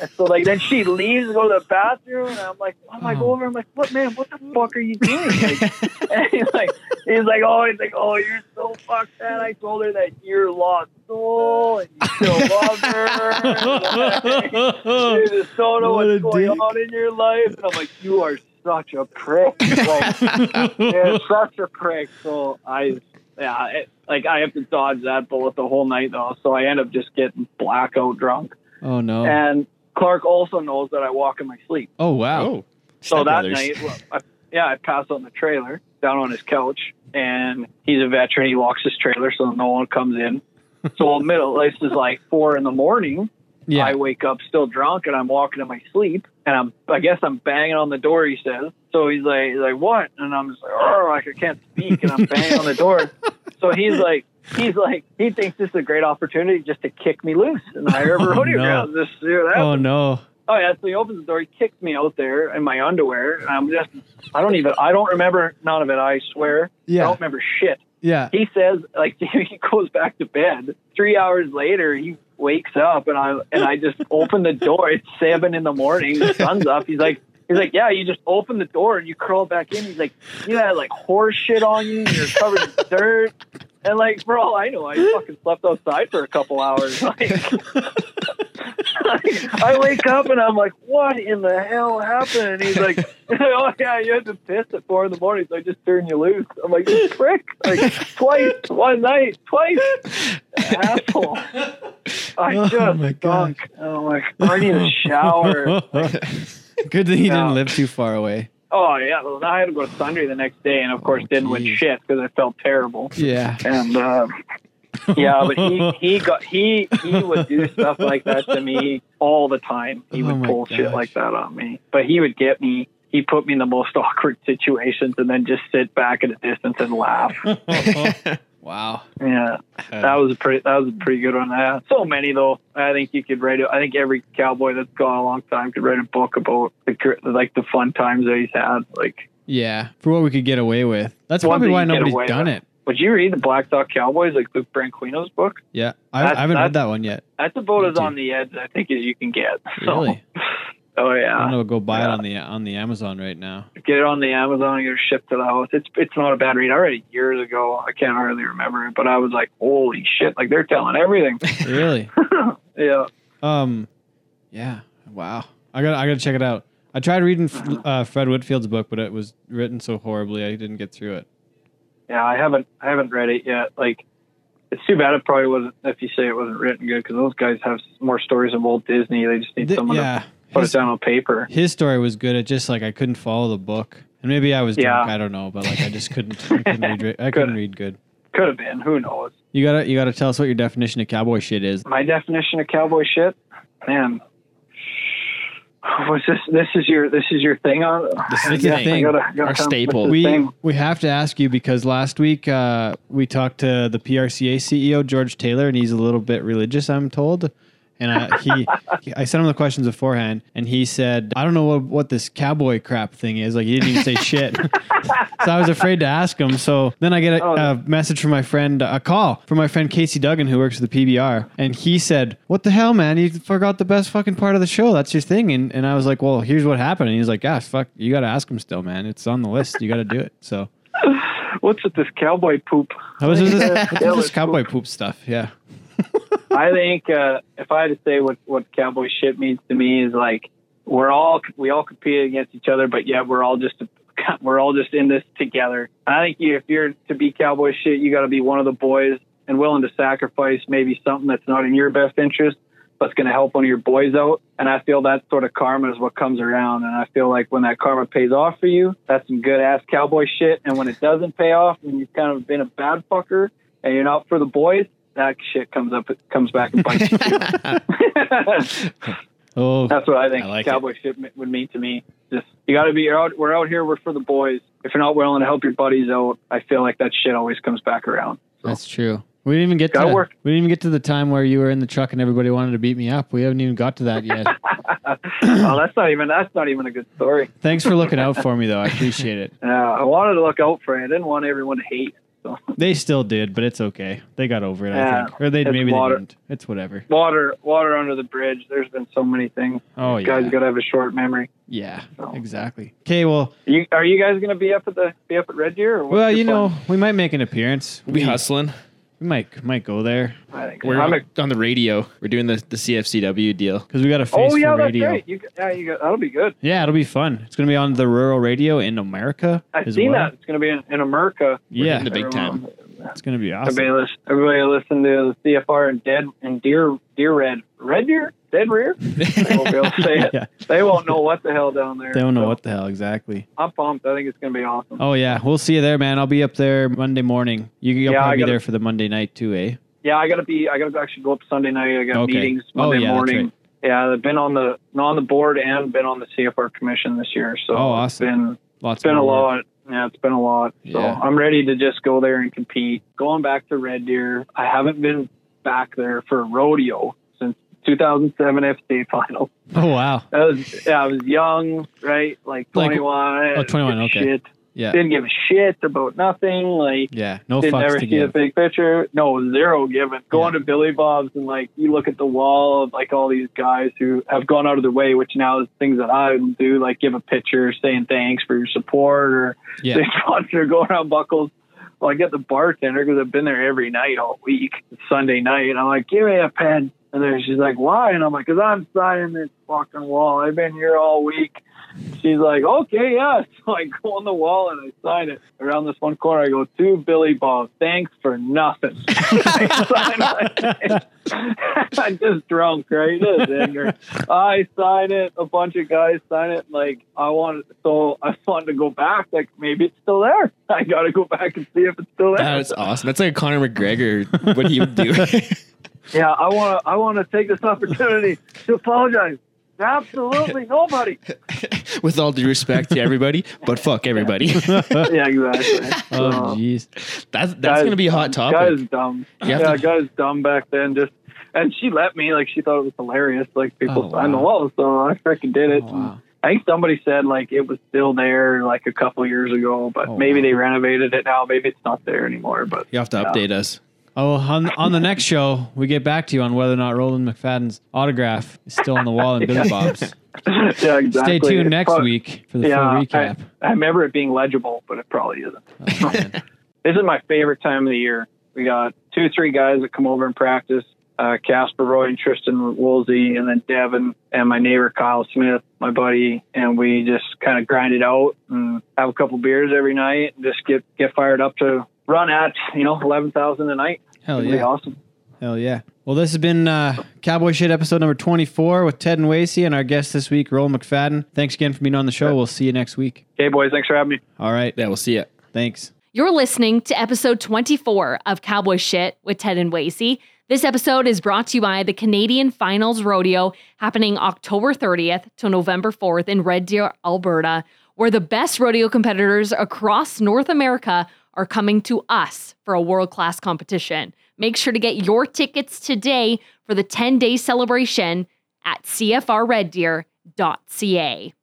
[SPEAKER 4] and so like then she leaves to go to the bathroom and i'm like i'm like
[SPEAKER 2] Oh.
[SPEAKER 4] over i'm like what man what the fuck are you doing like, and he's like he's like oh he's like oh you're so fucked man i told her that you're lost soul and you still love her you just don't know
[SPEAKER 2] What a
[SPEAKER 4] what's going
[SPEAKER 2] dick.
[SPEAKER 4] on in your life. And I'm like, you are such a prick. Like, you're such a prick. So I, yeah, it, like I have to dodge that bullet the whole night though. So I end up just getting blackout drunk.
[SPEAKER 2] oh, no.
[SPEAKER 4] And Clark also knows that I walk in my sleep.
[SPEAKER 2] Oh, wow.
[SPEAKER 3] Oh.
[SPEAKER 4] So
[SPEAKER 3] Step
[SPEAKER 4] that
[SPEAKER 3] Brothers.
[SPEAKER 4] night, well, I, yeah, I pass out in the trailer down on his couch, and he's a veteran. He locks his trailer so no one comes in. So middle, this is like four in the morning.
[SPEAKER 2] yeah.
[SPEAKER 4] I wake up still drunk and I'm walking in my sleep and I'm I guess I'm banging on the door. He says. So he's like he's like what? And I'm just like oh like I can't speak and I'm banging on the door. So he's like he's like he thinks this is a great opportunity just to kick me loose and I ever
[SPEAKER 2] Oh,
[SPEAKER 4] rodeo
[SPEAKER 2] no.
[SPEAKER 4] grounds this year. That
[SPEAKER 2] oh, no.
[SPEAKER 4] Oh yeah, so he opens the door, he kicks me out there in my underwear. And I'm just I don't even I don't remember none of it, I swear.
[SPEAKER 2] Yeah.
[SPEAKER 4] I don't remember shit.
[SPEAKER 2] Yeah.
[SPEAKER 4] He says like he goes back to bed. Three hours later he wakes up and I and I just open the door. It's seven in the morning, the sun's up. He's like he's like, Yeah, you just open the door and you crawl back in. He's like, You had like horse shit on you, you're covered in dirt. And like for all I know, I fucking slept outside for a couple hours. Like, I wake up and I'm like, what in the hell happened? And he's like, oh yeah, you had to piss at four in the morning, so I just turned you loose. I'm like, you prick, like twice, one night, twice, asshole. I
[SPEAKER 2] Oh,
[SPEAKER 4] just
[SPEAKER 2] my
[SPEAKER 4] stunk. Oh my, I need a shower.
[SPEAKER 2] Good that he didn't
[SPEAKER 4] No.
[SPEAKER 2] live too far away.
[SPEAKER 4] Oh yeah, well, I had to go to Sundry the next day, and of course didn't win
[SPEAKER 2] geez.
[SPEAKER 4] shit because I felt terrible.
[SPEAKER 2] Yeah.
[SPEAKER 4] and um, yeah, but he he got he he would do stuff like that to me all the time. He
[SPEAKER 2] Oh
[SPEAKER 4] would
[SPEAKER 2] my
[SPEAKER 4] pull shit
[SPEAKER 2] gosh.
[SPEAKER 4] like that on me, but he would get me. He put me in the most awkward situations, and then just sit back at a distance and laugh.
[SPEAKER 2] wow.
[SPEAKER 4] Yeah, that was a pretty that was a pretty good one. Uh, so many though. I think you could write. A, I think every cowboy that's gone a long time could write a book about the cr- like the fun times that he's had. Like,
[SPEAKER 2] Yeah. For what we could get away with. That's
[SPEAKER 4] One
[SPEAKER 2] probably
[SPEAKER 4] thing
[SPEAKER 2] why
[SPEAKER 4] you get
[SPEAKER 2] nobody's
[SPEAKER 4] away
[SPEAKER 2] done
[SPEAKER 4] with.
[SPEAKER 2] it.
[SPEAKER 4] would you read the Black Dog Cowboys, like Luke Branquino's book?
[SPEAKER 2] Yeah. I,
[SPEAKER 4] That's-
[SPEAKER 2] I haven't read
[SPEAKER 4] that's-
[SPEAKER 2] that one yet.
[SPEAKER 4] That's about as
[SPEAKER 2] Dude.
[SPEAKER 4] on the edge, I think, as you can get. So,
[SPEAKER 2] Really?
[SPEAKER 4] Oh
[SPEAKER 2] I'm
[SPEAKER 4] yeah,
[SPEAKER 2] gonna go buy it
[SPEAKER 4] yeah.
[SPEAKER 2] on the on the Amazon right now.
[SPEAKER 4] get it on the Amazon and get it shipped to the house. It's it's not a bad read. I read it years ago. I can't hardly remember it, but I was like, holy shit! Like they're telling everything.
[SPEAKER 2] Really?
[SPEAKER 4] yeah.
[SPEAKER 2] Um, yeah. Wow. I got. I got to check it out. I tried reading uh, Fred Whitfield's book, but it was written so horribly I didn't get through it.
[SPEAKER 4] Yeah, I haven't I haven't read it yet. Like, it's too bad it probably wasn't. If you say it wasn't written good, because those guys have more stories of Walt Disney. They just need
[SPEAKER 2] Th-
[SPEAKER 4] someone
[SPEAKER 2] yeah.
[SPEAKER 4] to put
[SPEAKER 2] His,
[SPEAKER 4] it down on paper.
[SPEAKER 2] his story was good. It just like I couldn't follow the book, and maybe I was
[SPEAKER 4] Yeah.
[SPEAKER 2] drunk. I don't know, but like I just couldn't. I couldn't read. I couldn't read good.
[SPEAKER 4] Could have been. Who knows?
[SPEAKER 2] You gotta you gotta tell us what your definition of cowboy shit is.
[SPEAKER 4] My definition of cowboy shit, man. Was this this is your this is your thing on
[SPEAKER 3] This is
[SPEAKER 4] I
[SPEAKER 3] the
[SPEAKER 4] guess I
[SPEAKER 3] thing.
[SPEAKER 4] gotta- gotta
[SPEAKER 3] Our
[SPEAKER 4] come up with
[SPEAKER 3] staple.
[SPEAKER 4] the
[SPEAKER 2] We
[SPEAKER 4] thing.
[SPEAKER 2] we have to ask you because last week uh, we talked to the PRCA CEO E George Taylor, and he's a little bit religious, I'm told. And I, he, I sent him the questions beforehand, and he said, "I don't know what, what this cowboy crap thing is." Like he didn't even say shit, so I was afraid to ask him. So then I get a,
[SPEAKER 4] Oh, no.
[SPEAKER 2] a message from my friend, a call from my friend Casey Duggan, who works with the PBR, and he said, "What the hell, man? You forgot the best fucking part of the show. That's your thing." And and I was like, "Well, here's what happened." And he's like, "Yeah, fuck, you got to ask him still, man. It's on the list. You got to do it." So
[SPEAKER 4] What's with this cowboy poop?
[SPEAKER 2] that was just this,
[SPEAKER 4] Yeah,
[SPEAKER 2] this
[SPEAKER 4] let's
[SPEAKER 2] cowboy poop stuff. Yeah.
[SPEAKER 4] I think uh, if I had to say what what cowboy shit means to me is like we're all we all compete against each other, but yet we're all just we're all just in this together. I think you, if you're to be cowboy shit, you got to be one of the boys and willing to sacrifice maybe something that's not in your best interest, but's going to help one of your boys out. And I feel that sort of karma is what comes around. And I feel like when that karma pays off for you, that's some good ass cowboy shit. And when it doesn't pay off, and you've kind of been a bad fucker and you're not for the boys, that shit comes up comes back and bites you. too.
[SPEAKER 2] Oh,
[SPEAKER 4] That's what I think
[SPEAKER 3] I like
[SPEAKER 4] cowboy shit mi- would mean to me. Just you got to be you're out. We're out here. We're for the boys. If you're not willing to help your buddies out, I feel like that shit always comes back around.
[SPEAKER 2] that's true. We didn't even get to
[SPEAKER 4] Gotta work.
[SPEAKER 2] we didn't even get to the time where you were in the truck and everybody wanted to beat me up. We haven't even got to that yet.
[SPEAKER 4] oh, that's not even that's not even a good story.
[SPEAKER 2] Thanks for looking out for me though. I appreciate it.
[SPEAKER 4] Uh, I wanted to look out for it. I didn't want everyone to hate. So
[SPEAKER 2] They still did, but it's okay. They got over it, I
[SPEAKER 4] Yeah,
[SPEAKER 2] think. Or they
[SPEAKER 4] it's
[SPEAKER 2] maybe they
[SPEAKER 4] water.
[SPEAKER 2] didn't. It's whatever.
[SPEAKER 4] water water under the bridge. There's been so many things.
[SPEAKER 2] Oh
[SPEAKER 4] You
[SPEAKER 2] yeah.
[SPEAKER 4] Guys got to have a short memory.
[SPEAKER 2] yeah.
[SPEAKER 4] So.
[SPEAKER 2] Exactly. Okay, well
[SPEAKER 4] You, are you guys gonna be up at the be up at Red Deer? Or what's
[SPEAKER 2] well,
[SPEAKER 4] your
[SPEAKER 2] you know,
[SPEAKER 4] plan?
[SPEAKER 2] we might make an appearance.
[SPEAKER 3] We
[SPEAKER 2] We,
[SPEAKER 3] hustling.
[SPEAKER 2] we might might go there.
[SPEAKER 4] I think
[SPEAKER 3] We're
[SPEAKER 4] I'm
[SPEAKER 3] on,
[SPEAKER 4] a,
[SPEAKER 3] on the radio. We're doing the, the CFCW deal.
[SPEAKER 2] Because we got a face
[SPEAKER 4] oh yeah,
[SPEAKER 2] for
[SPEAKER 4] that's
[SPEAKER 2] radio.
[SPEAKER 4] right. You, g- yeah, you got, that'll be good.
[SPEAKER 2] Yeah, it'll be fun. It's gonna be on the rural radio in America.
[SPEAKER 4] I've
[SPEAKER 2] as
[SPEAKER 4] seen
[SPEAKER 2] well.
[SPEAKER 4] that. It's gonna be in, in America.
[SPEAKER 3] We're
[SPEAKER 2] Yeah.
[SPEAKER 3] hitting the big time.
[SPEAKER 2] It's gonna be awesome.
[SPEAKER 4] Everybody listen, everybody listen to the CFR and dead and deer deer red red deer dead rear. They won't be able to say it.
[SPEAKER 2] Yeah.
[SPEAKER 4] They won't know what the hell down there.
[SPEAKER 2] They don't know
[SPEAKER 4] So,
[SPEAKER 2] what the hell exactly.
[SPEAKER 4] I'm pumped. I think it's gonna be awesome.
[SPEAKER 2] Oh yeah, we'll see you there, man. I'll be up there Monday morning. You, you'll
[SPEAKER 4] Yeah, I
[SPEAKER 2] probably be
[SPEAKER 4] gotta-
[SPEAKER 2] there for the Monday night too, eh?
[SPEAKER 4] Yeah, I gotta be. I gotta actually go up Sunday night. I got
[SPEAKER 2] Okay.
[SPEAKER 4] meetings
[SPEAKER 2] Oh,
[SPEAKER 4] Monday
[SPEAKER 2] yeah, that's
[SPEAKER 4] morning.
[SPEAKER 2] right.
[SPEAKER 4] Yeah, I've been on the on the board and been on the CFR commission this year. So
[SPEAKER 2] Oh,
[SPEAKER 4] it's
[SPEAKER 2] awesome.
[SPEAKER 4] been
[SPEAKER 2] Lots.
[SPEAKER 4] It's been a
[SPEAKER 2] more work.
[SPEAKER 4] lot. Yeah, it's been a lot. So
[SPEAKER 3] Yeah.
[SPEAKER 4] I'm ready to just go there and compete. Going back to Red Deer, I haven't been back there for a rodeo since 2007 FCA final.
[SPEAKER 2] Oh wow.
[SPEAKER 4] I was, yeah, I was young, right? Like
[SPEAKER 2] Like-
[SPEAKER 4] 21.
[SPEAKER 2] oh, 21, okay.
[SPEAKER 4] Shit.
[SPEAKER 2] Yeah.
[SPEAKER 4] Didn't give a shit about nothing. Like,
[SPEAKER 2] Yeah. No
[SPEAKER 4] didn't
[SPEAKER 2] fucks
[SPEAKER 4] ever
[SPEAKER 2] to
[SPEAKER 4] see the
[SPEAKER 2] give.
[SPEAKER 4] big picture. No, zero given. Going to Billy Bob's and like you look at the wall of like all these guys who have gone out of their way, which now is things that I would do, like give a picture saying thanks for your support or
[SPEAKER 2] Yeah.
[SPEAKER 4] they sponsor go around buckles. Well, I get the bartender because I've been there every night all week, It's Sunday night, and I'm like, give me a pen. And then she's like, why? And I'm like, because I'm signing this fucking wall. I've been here all week. She's like, okay, yeah. So I go on the wall and I sign it. Around this one corner, I go, to Billy Bob, thanks for nothing. I sign it. I'm just drunk, right? Just anger. I sign it. A bunch of guys sign it. Like I want, so I wanted to go back. Like maybe it's still there. I got to go back and see if it's still there.
[SPEAKER 3] That's awesome. That's like Conor McGregor. What he would do.
[SPEAKER 4] yeah, I want to. I want to take this opportunity to apologize. to Absolutely nobody.
[SPEAKER 3] With all due respect to everybody, but fuck everybody. that's
[SPEAKER 4] Yeah, exactly.
[SPEAKER 2] Oh
[SPEAKER 4] So-
[SPEAKER 2] jeez.
[SPEAKER 3] that's
[SPEAKER 4] Guys-
[SPEAKER 3] gonna be a hot topic.
[SPEAKER 4] Guy's dumb.
[SPEAKER 3] You have
[SPEAKER 4] yeah,
[SPEAKER 3] to-
[SPEAKER 4] guy's dumb back then. Just and she let me. Like she thought it was hilarious. Like people
[SPEAKER 2] Oh,
[SPEAKER 4] signed the
[SPEAKER 2] wow.
[SPEAKER 4] wall, so I freaking did it.
[SPEAKER 2] Oh, wow.
[SPEAKER 4] I think somebody said like it was still there like a couple years ago, but
[SPEAKER 2] Oh,
[SPEAKER 4] maybe
[SPEAKER 2] wow.
[SPEAKER 4] they renovated it now. Maybe it's not there anymore. But
[SPEAKER 3] You have to update us.
[SPEAKER 2] Oh, on, on the next show, we get back to you on whether or not Roland McFadden's autograph is still on the wall in Billy Bob's.
[SPEAKER 4] yeah, exactly.
[SPEAKER 2] Stay tuned
[SPEAKER 4] It's
[SPEAKER 2] next
[SPEAKER 4] prob-
[SPEAKER 2] week for the
[SPEAKER 4] Yeah,
[SPEAKER 2] full
[SPEAKER 4] I-
[SPEAKER 2] recap.
[SPEAKER 4] I, remember it being legible, but it probably isn't.
[SPEAKER 2] Oh, man.
[SPEAKER 4] This is my favorite time of the year. We got two, three guys that come over and practice. Uh, Casper Roy and Tristan Woolsey, and then Devin and my neighbor Kyle Smith, my buddy, and we just kind of grind it out and have a couple beers every night. And just get get fired up to run at you know eleven thousand a night.
[SPEAKER 2] Hell
[SPEAKER 4] It'd be
[SPEAKER 2] yeah.
[SPEAKER 4] awesome.
[SPEAKER 2] Hell yeah. Well, this has been uh, Cowboy Shit episode number 24 with Ted and Wasey and our guest this week, Roland McFadden. Thanks again for being on the show. We'll see you next week.
[SPEAKER 4] Okay, boys, thanks for having me.
[SPEAKER 2] All right.
[SPEAKER 3] Yeah, we'll see ya.
[SPEAKER 2] Thanks.
[SPEAKER 1] You're listening to episode 24 of Cowboy Shit with Ted and Wasey. This episode is brought to you by the Canadian Finals Rodeo happening October 30th to November 4th in Red Deer, Alberta, where the best rodeo competitors across North America are coming to us for a world class competition. Make sure to get your tickets today for the 10 day celebration at cfrreddeer.ca.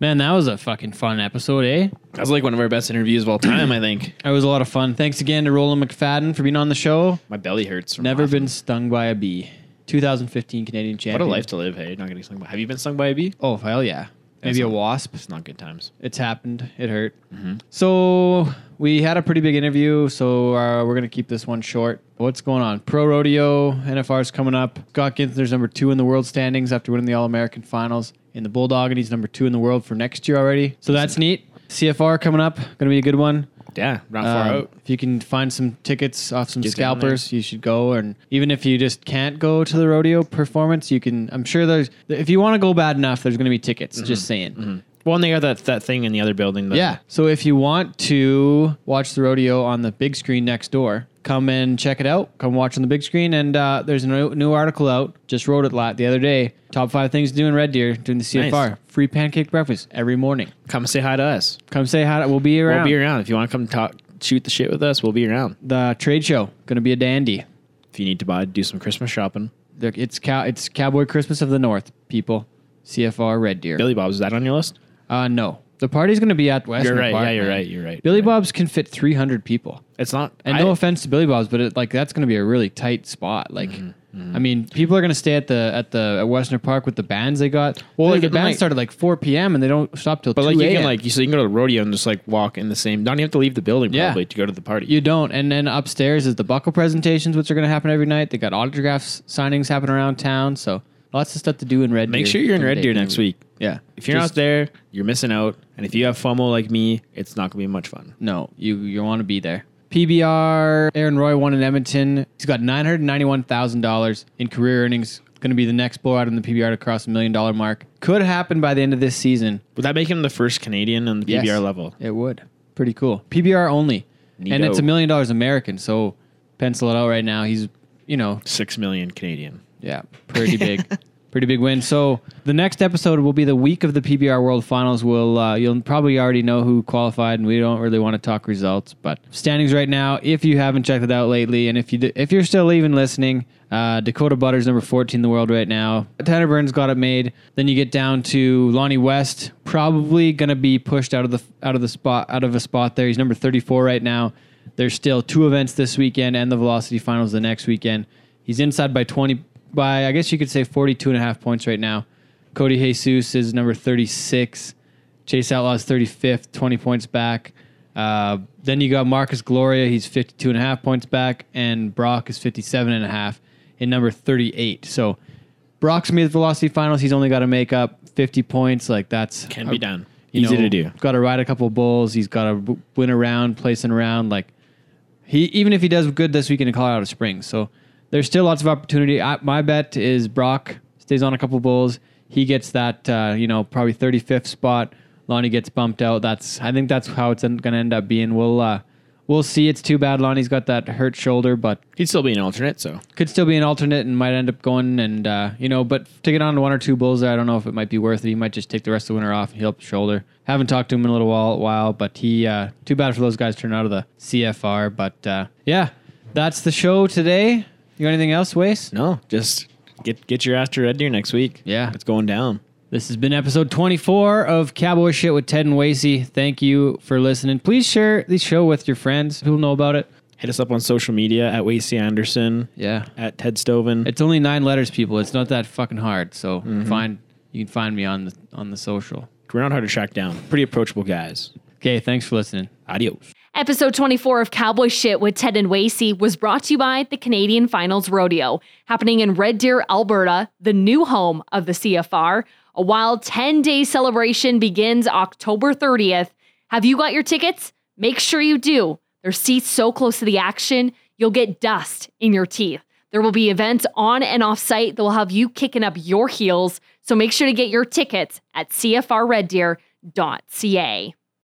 [SPEAKER 2] Man, that was a fucking fun episode, eh?
[SPEAKER 3] That was like one of our best interviews of all time, I think.
[SPEAKER 2] That was a lot of fun. Thanks again to Roland McFadden for being on the show.
[SPEAKER 3] My belly hurts. from
[SPEAKER 2] Never
[SPEAKER 3] laughing.
[SPEAKER 2] been stung by a bee. 2015 Canadian
[SPEAKER 3] What
[SPEAKER 2] champion.
[SPEAKER 3] a life to live, hey? You're Not getting stung by. Have you been stung by a bee?
[SPEAKER 2] Oh hell yeah! Maybe a
[SPEAKER 3] not-
[SPEAKER 2] wasp.
[SPEAKER 3] It's not good times.
[SPEAKER 2] It's happened. It hurt.
[SPEAKER 3] Mm-hmm.
[SPEAKER 2] So we had a pretty big interview. So uh, we're gonna keep this one short. What's going on? Pro rodeo NFR is coming up. Scott Ginther's number two in the world standings after winning the All American Finals in the Bulldog, and he's number two in the world for next year already. So that's neat. CFR coming up. Gonna be a good one.
[SPEAKER 3] Yeah,
[SPEAKER 2] Um,
[SPEAKER 3] not far out.
[SPEAKER 2] If you can find some tickets off some
[SPEAKER 3] Get down
[SPEAKER 2] scalpers, you should go. And even if you just can't go to the rodeo performance, you can. I'm sure there's. If you want to go bad enough, there's going to be tickets.
[SPEAKER 3] Mm-hmm.
[SPEAKER 2] Just saying.
[SPEAKER 3] Well, and they got that that thing in the other building. That,
[SPEAKER 2] Yeah. So if you want to watch the rodeo on the big screen next door, come and check it out. Come watch on the big screen. And uh, there's a new, new article out. Just wrote it la- the other day. Top five things to do in Red Deer during the CFR. Free pancake breakfast every morning.
[SPEAKER 3] come say hi to us.
[SPEAKER 2] Come say hi. to- We'll be
[SPEAKER 3] We'll
[SPEAKER 2] around.
[SPEAKER 3] be around if you want to come talk, shoot the shit with us. We'll be around.
[SPEAKER 2] The trade show gonna be a dandy.
[SPEAKER 3] If you need to buy, do some Christmas shopping.
[SPEAKER 2] They're- It's cow. It's Cowboy Christmas of the North, people. CFR Red Deer.
[SPEAKER 3] Billy Bob's is that on your list?
[SPEAKER 2] Uh, no, the party's gonna be at West.
[SPEAKER 3] You're right. Yeah, you're right. You're right.
[SPEAKER 2] Billy
[SPEAKER 3] You're right.
[SPEAKER 2] Bob's can fit 300 people,
[SPEAKER 3] It's not.
[SPEAKER 2] and
[SPEAKER 3] I-
[SPEAKER 2] no offense to Billy Bob's, but it, like that's gonna be a really tight spot. Like,
[SPEAKER 3] Mm-hmm,
[SPEAKER 2] I mean, people are gonna stay at the at the at Western Park with the bands they got. Well,
[SPEAKER 3] like,
[SPEAKER 2] the
[SPEAKER 3] and
[SPEAKER 2] bands
[SPEAKER 3] like-
[SPEAKER 2] started like 4 p.m. and they don't stop till.
[SPEAKER 3] But
[SPEAKER 2] 2
[SPEAKER 3] like you can
[SPEAKER 2] a.m..
[SPEAKER 3] like you so you can go to the rodeo and just like walk in the same. Don't even have to leave the building
[SPEAKER 2] Yeah.
[SPEAKER 3] probably to go to the party.
[SPEAKER 2] You don't. And then upstairs is the buckle presentations, which are going to happen every night. They got autographs signings happening around town. So lots of stuff to do in Red Deer.
[SPEAKER 3] Make sure you're in
[SPEAKER 2] during
[SPEAKER 3] Red
[SPEAKER 2] the
[SPEAKER 3] Deer
[SPEAKER 2] day.
[SPEAKER 3] next week.
[SPEAKER 2] Yeah.
[SPEAKER 3] If you're
[SPEAKER 2] Just-
[SPEAKER 3] not there, you're missing out. And if you have FOMO like me, it's not gonna be much fun.
[SPEAKER 2] No, you you want to be there. PBR, Aaron Roy won in Edmonton. He's got nine hundred ninety one thousand dollars in career earnings. Going to be the next blowout in the PBR to cross the million dollar mark. Could happen by the end of this season.
[SPEAKER 3] Would that make him the first Canadian on the PBR
[SPEAKER 2] Yes.
[SPEAKER 3] level?
[SPEAKER 2] It would. Pretty cool. PBR only, and
[SPEAKER 3] Neato.
[SPEAKER 2] it's a million dollars American. So pencil it out right now. He's you know
[SPEAKER 3] Six million Canadian.
[SPEAKER 2] Yeah, pretty big, pretty big win. So the next episode will be the week of the PBR World Finals. We'll uh, you'll probably already know who qualified, and we don't really want to talk results, but standings right now. If you haven't checked it out lately, and if you d- if you're still even listening, uh, Dakota Butters number fourteen in the world right now. Tanner Burns got it made. Then you get down to Lonnie West, probably gonna be pushed out of the out of the spot out of a spot there. He's number thirty four right now. There's still two events this weekend and the Velocity Finals the next weekend. He's inside by 20, by I guess you could say 42 and a half points right now. Cody Jesus is number 36. Chase Outlaw's 35th, 20 points back. Uh, then you got Marcus Gloria, he's 52 and a half points back, and Brock is 57 and a half in number 38. So Brock's made the Velocity Finals. He's only got to make up 50 points. Like that's
[SPEAKER 3] Can be done.
[SPEAKER 2] you
[SPEAKER 3] Easy
[SPEAKER 2] know,
[SPEAKER 3] to do.
[SPEAKER 2] Got to ride a couple bulls. He's got to win a round, place in a round. Like he, even if he does good this weekend in Colorado Springs, so there's still lots of opportunity. I, my bet is Brock stays on a couple bulls. He gets that, uh, you know, probably 35th spot. Lonnie gets bumped out. That's I think that's how it's going to end up being. We'll uh, we'll see. It's too bad Lonnie's got that hurt shoulder, but
[SPEAKER 3] He'd still be an alternate, so
[SPEAKER 2] could still be an alternate and might end up going and uh, you know, but to get on to one or two bulls there, I don't know if it might be worth it. He might just take the rest of the winter off and heal up the shoulder. Haven't talked to him in a little while, while but he uh, too bad for those guys turn out of the CFR. But uh, yeah, that's the show today. You got anything else, Wace?
[SPEAKER 3] no, just get get your ass to Red Deer next week.
[SPEAKER 2] Yeah.
[SPEAKER 3] it's going down.
[SPEAKER 2] This has been episode 24 of Cowboy Shit with Ted and Wasey. Thank you for listening. Please share the show with your friends who'll know about it.
[SPEAKER 3] Hit us up on social media at Wacy Anderson,
[SPEAKER 2] Yeah.
[SPEAKER 3] at Ted Stoven.
[SPEAKER 2] It's only nine letters, people. It's not that fucking hard. So find you can find me on the on the social.
[SPEAKER 3] We're not hard to track down. Pretty approachable guys.
[SPEAKER 2] Okay, thanks for listening.
[SPEAKER 3] Adios.
[SPEAKER 1] Episode 24 of Cowboy Shit with Ted and Wasey was brought to you by the Canadian Finals Rodeo, happening in Red Deer, Alberta, the new home of the CFR. A wild 10 day celebration begins October 30th. Have you got your tickets? Make sure you do. There's seats so close to the action, you'll get dust in your teeth. There will be events on and off site that will have you kicking up your heels, so make sure to get your tickets at cfrreddeer.ca.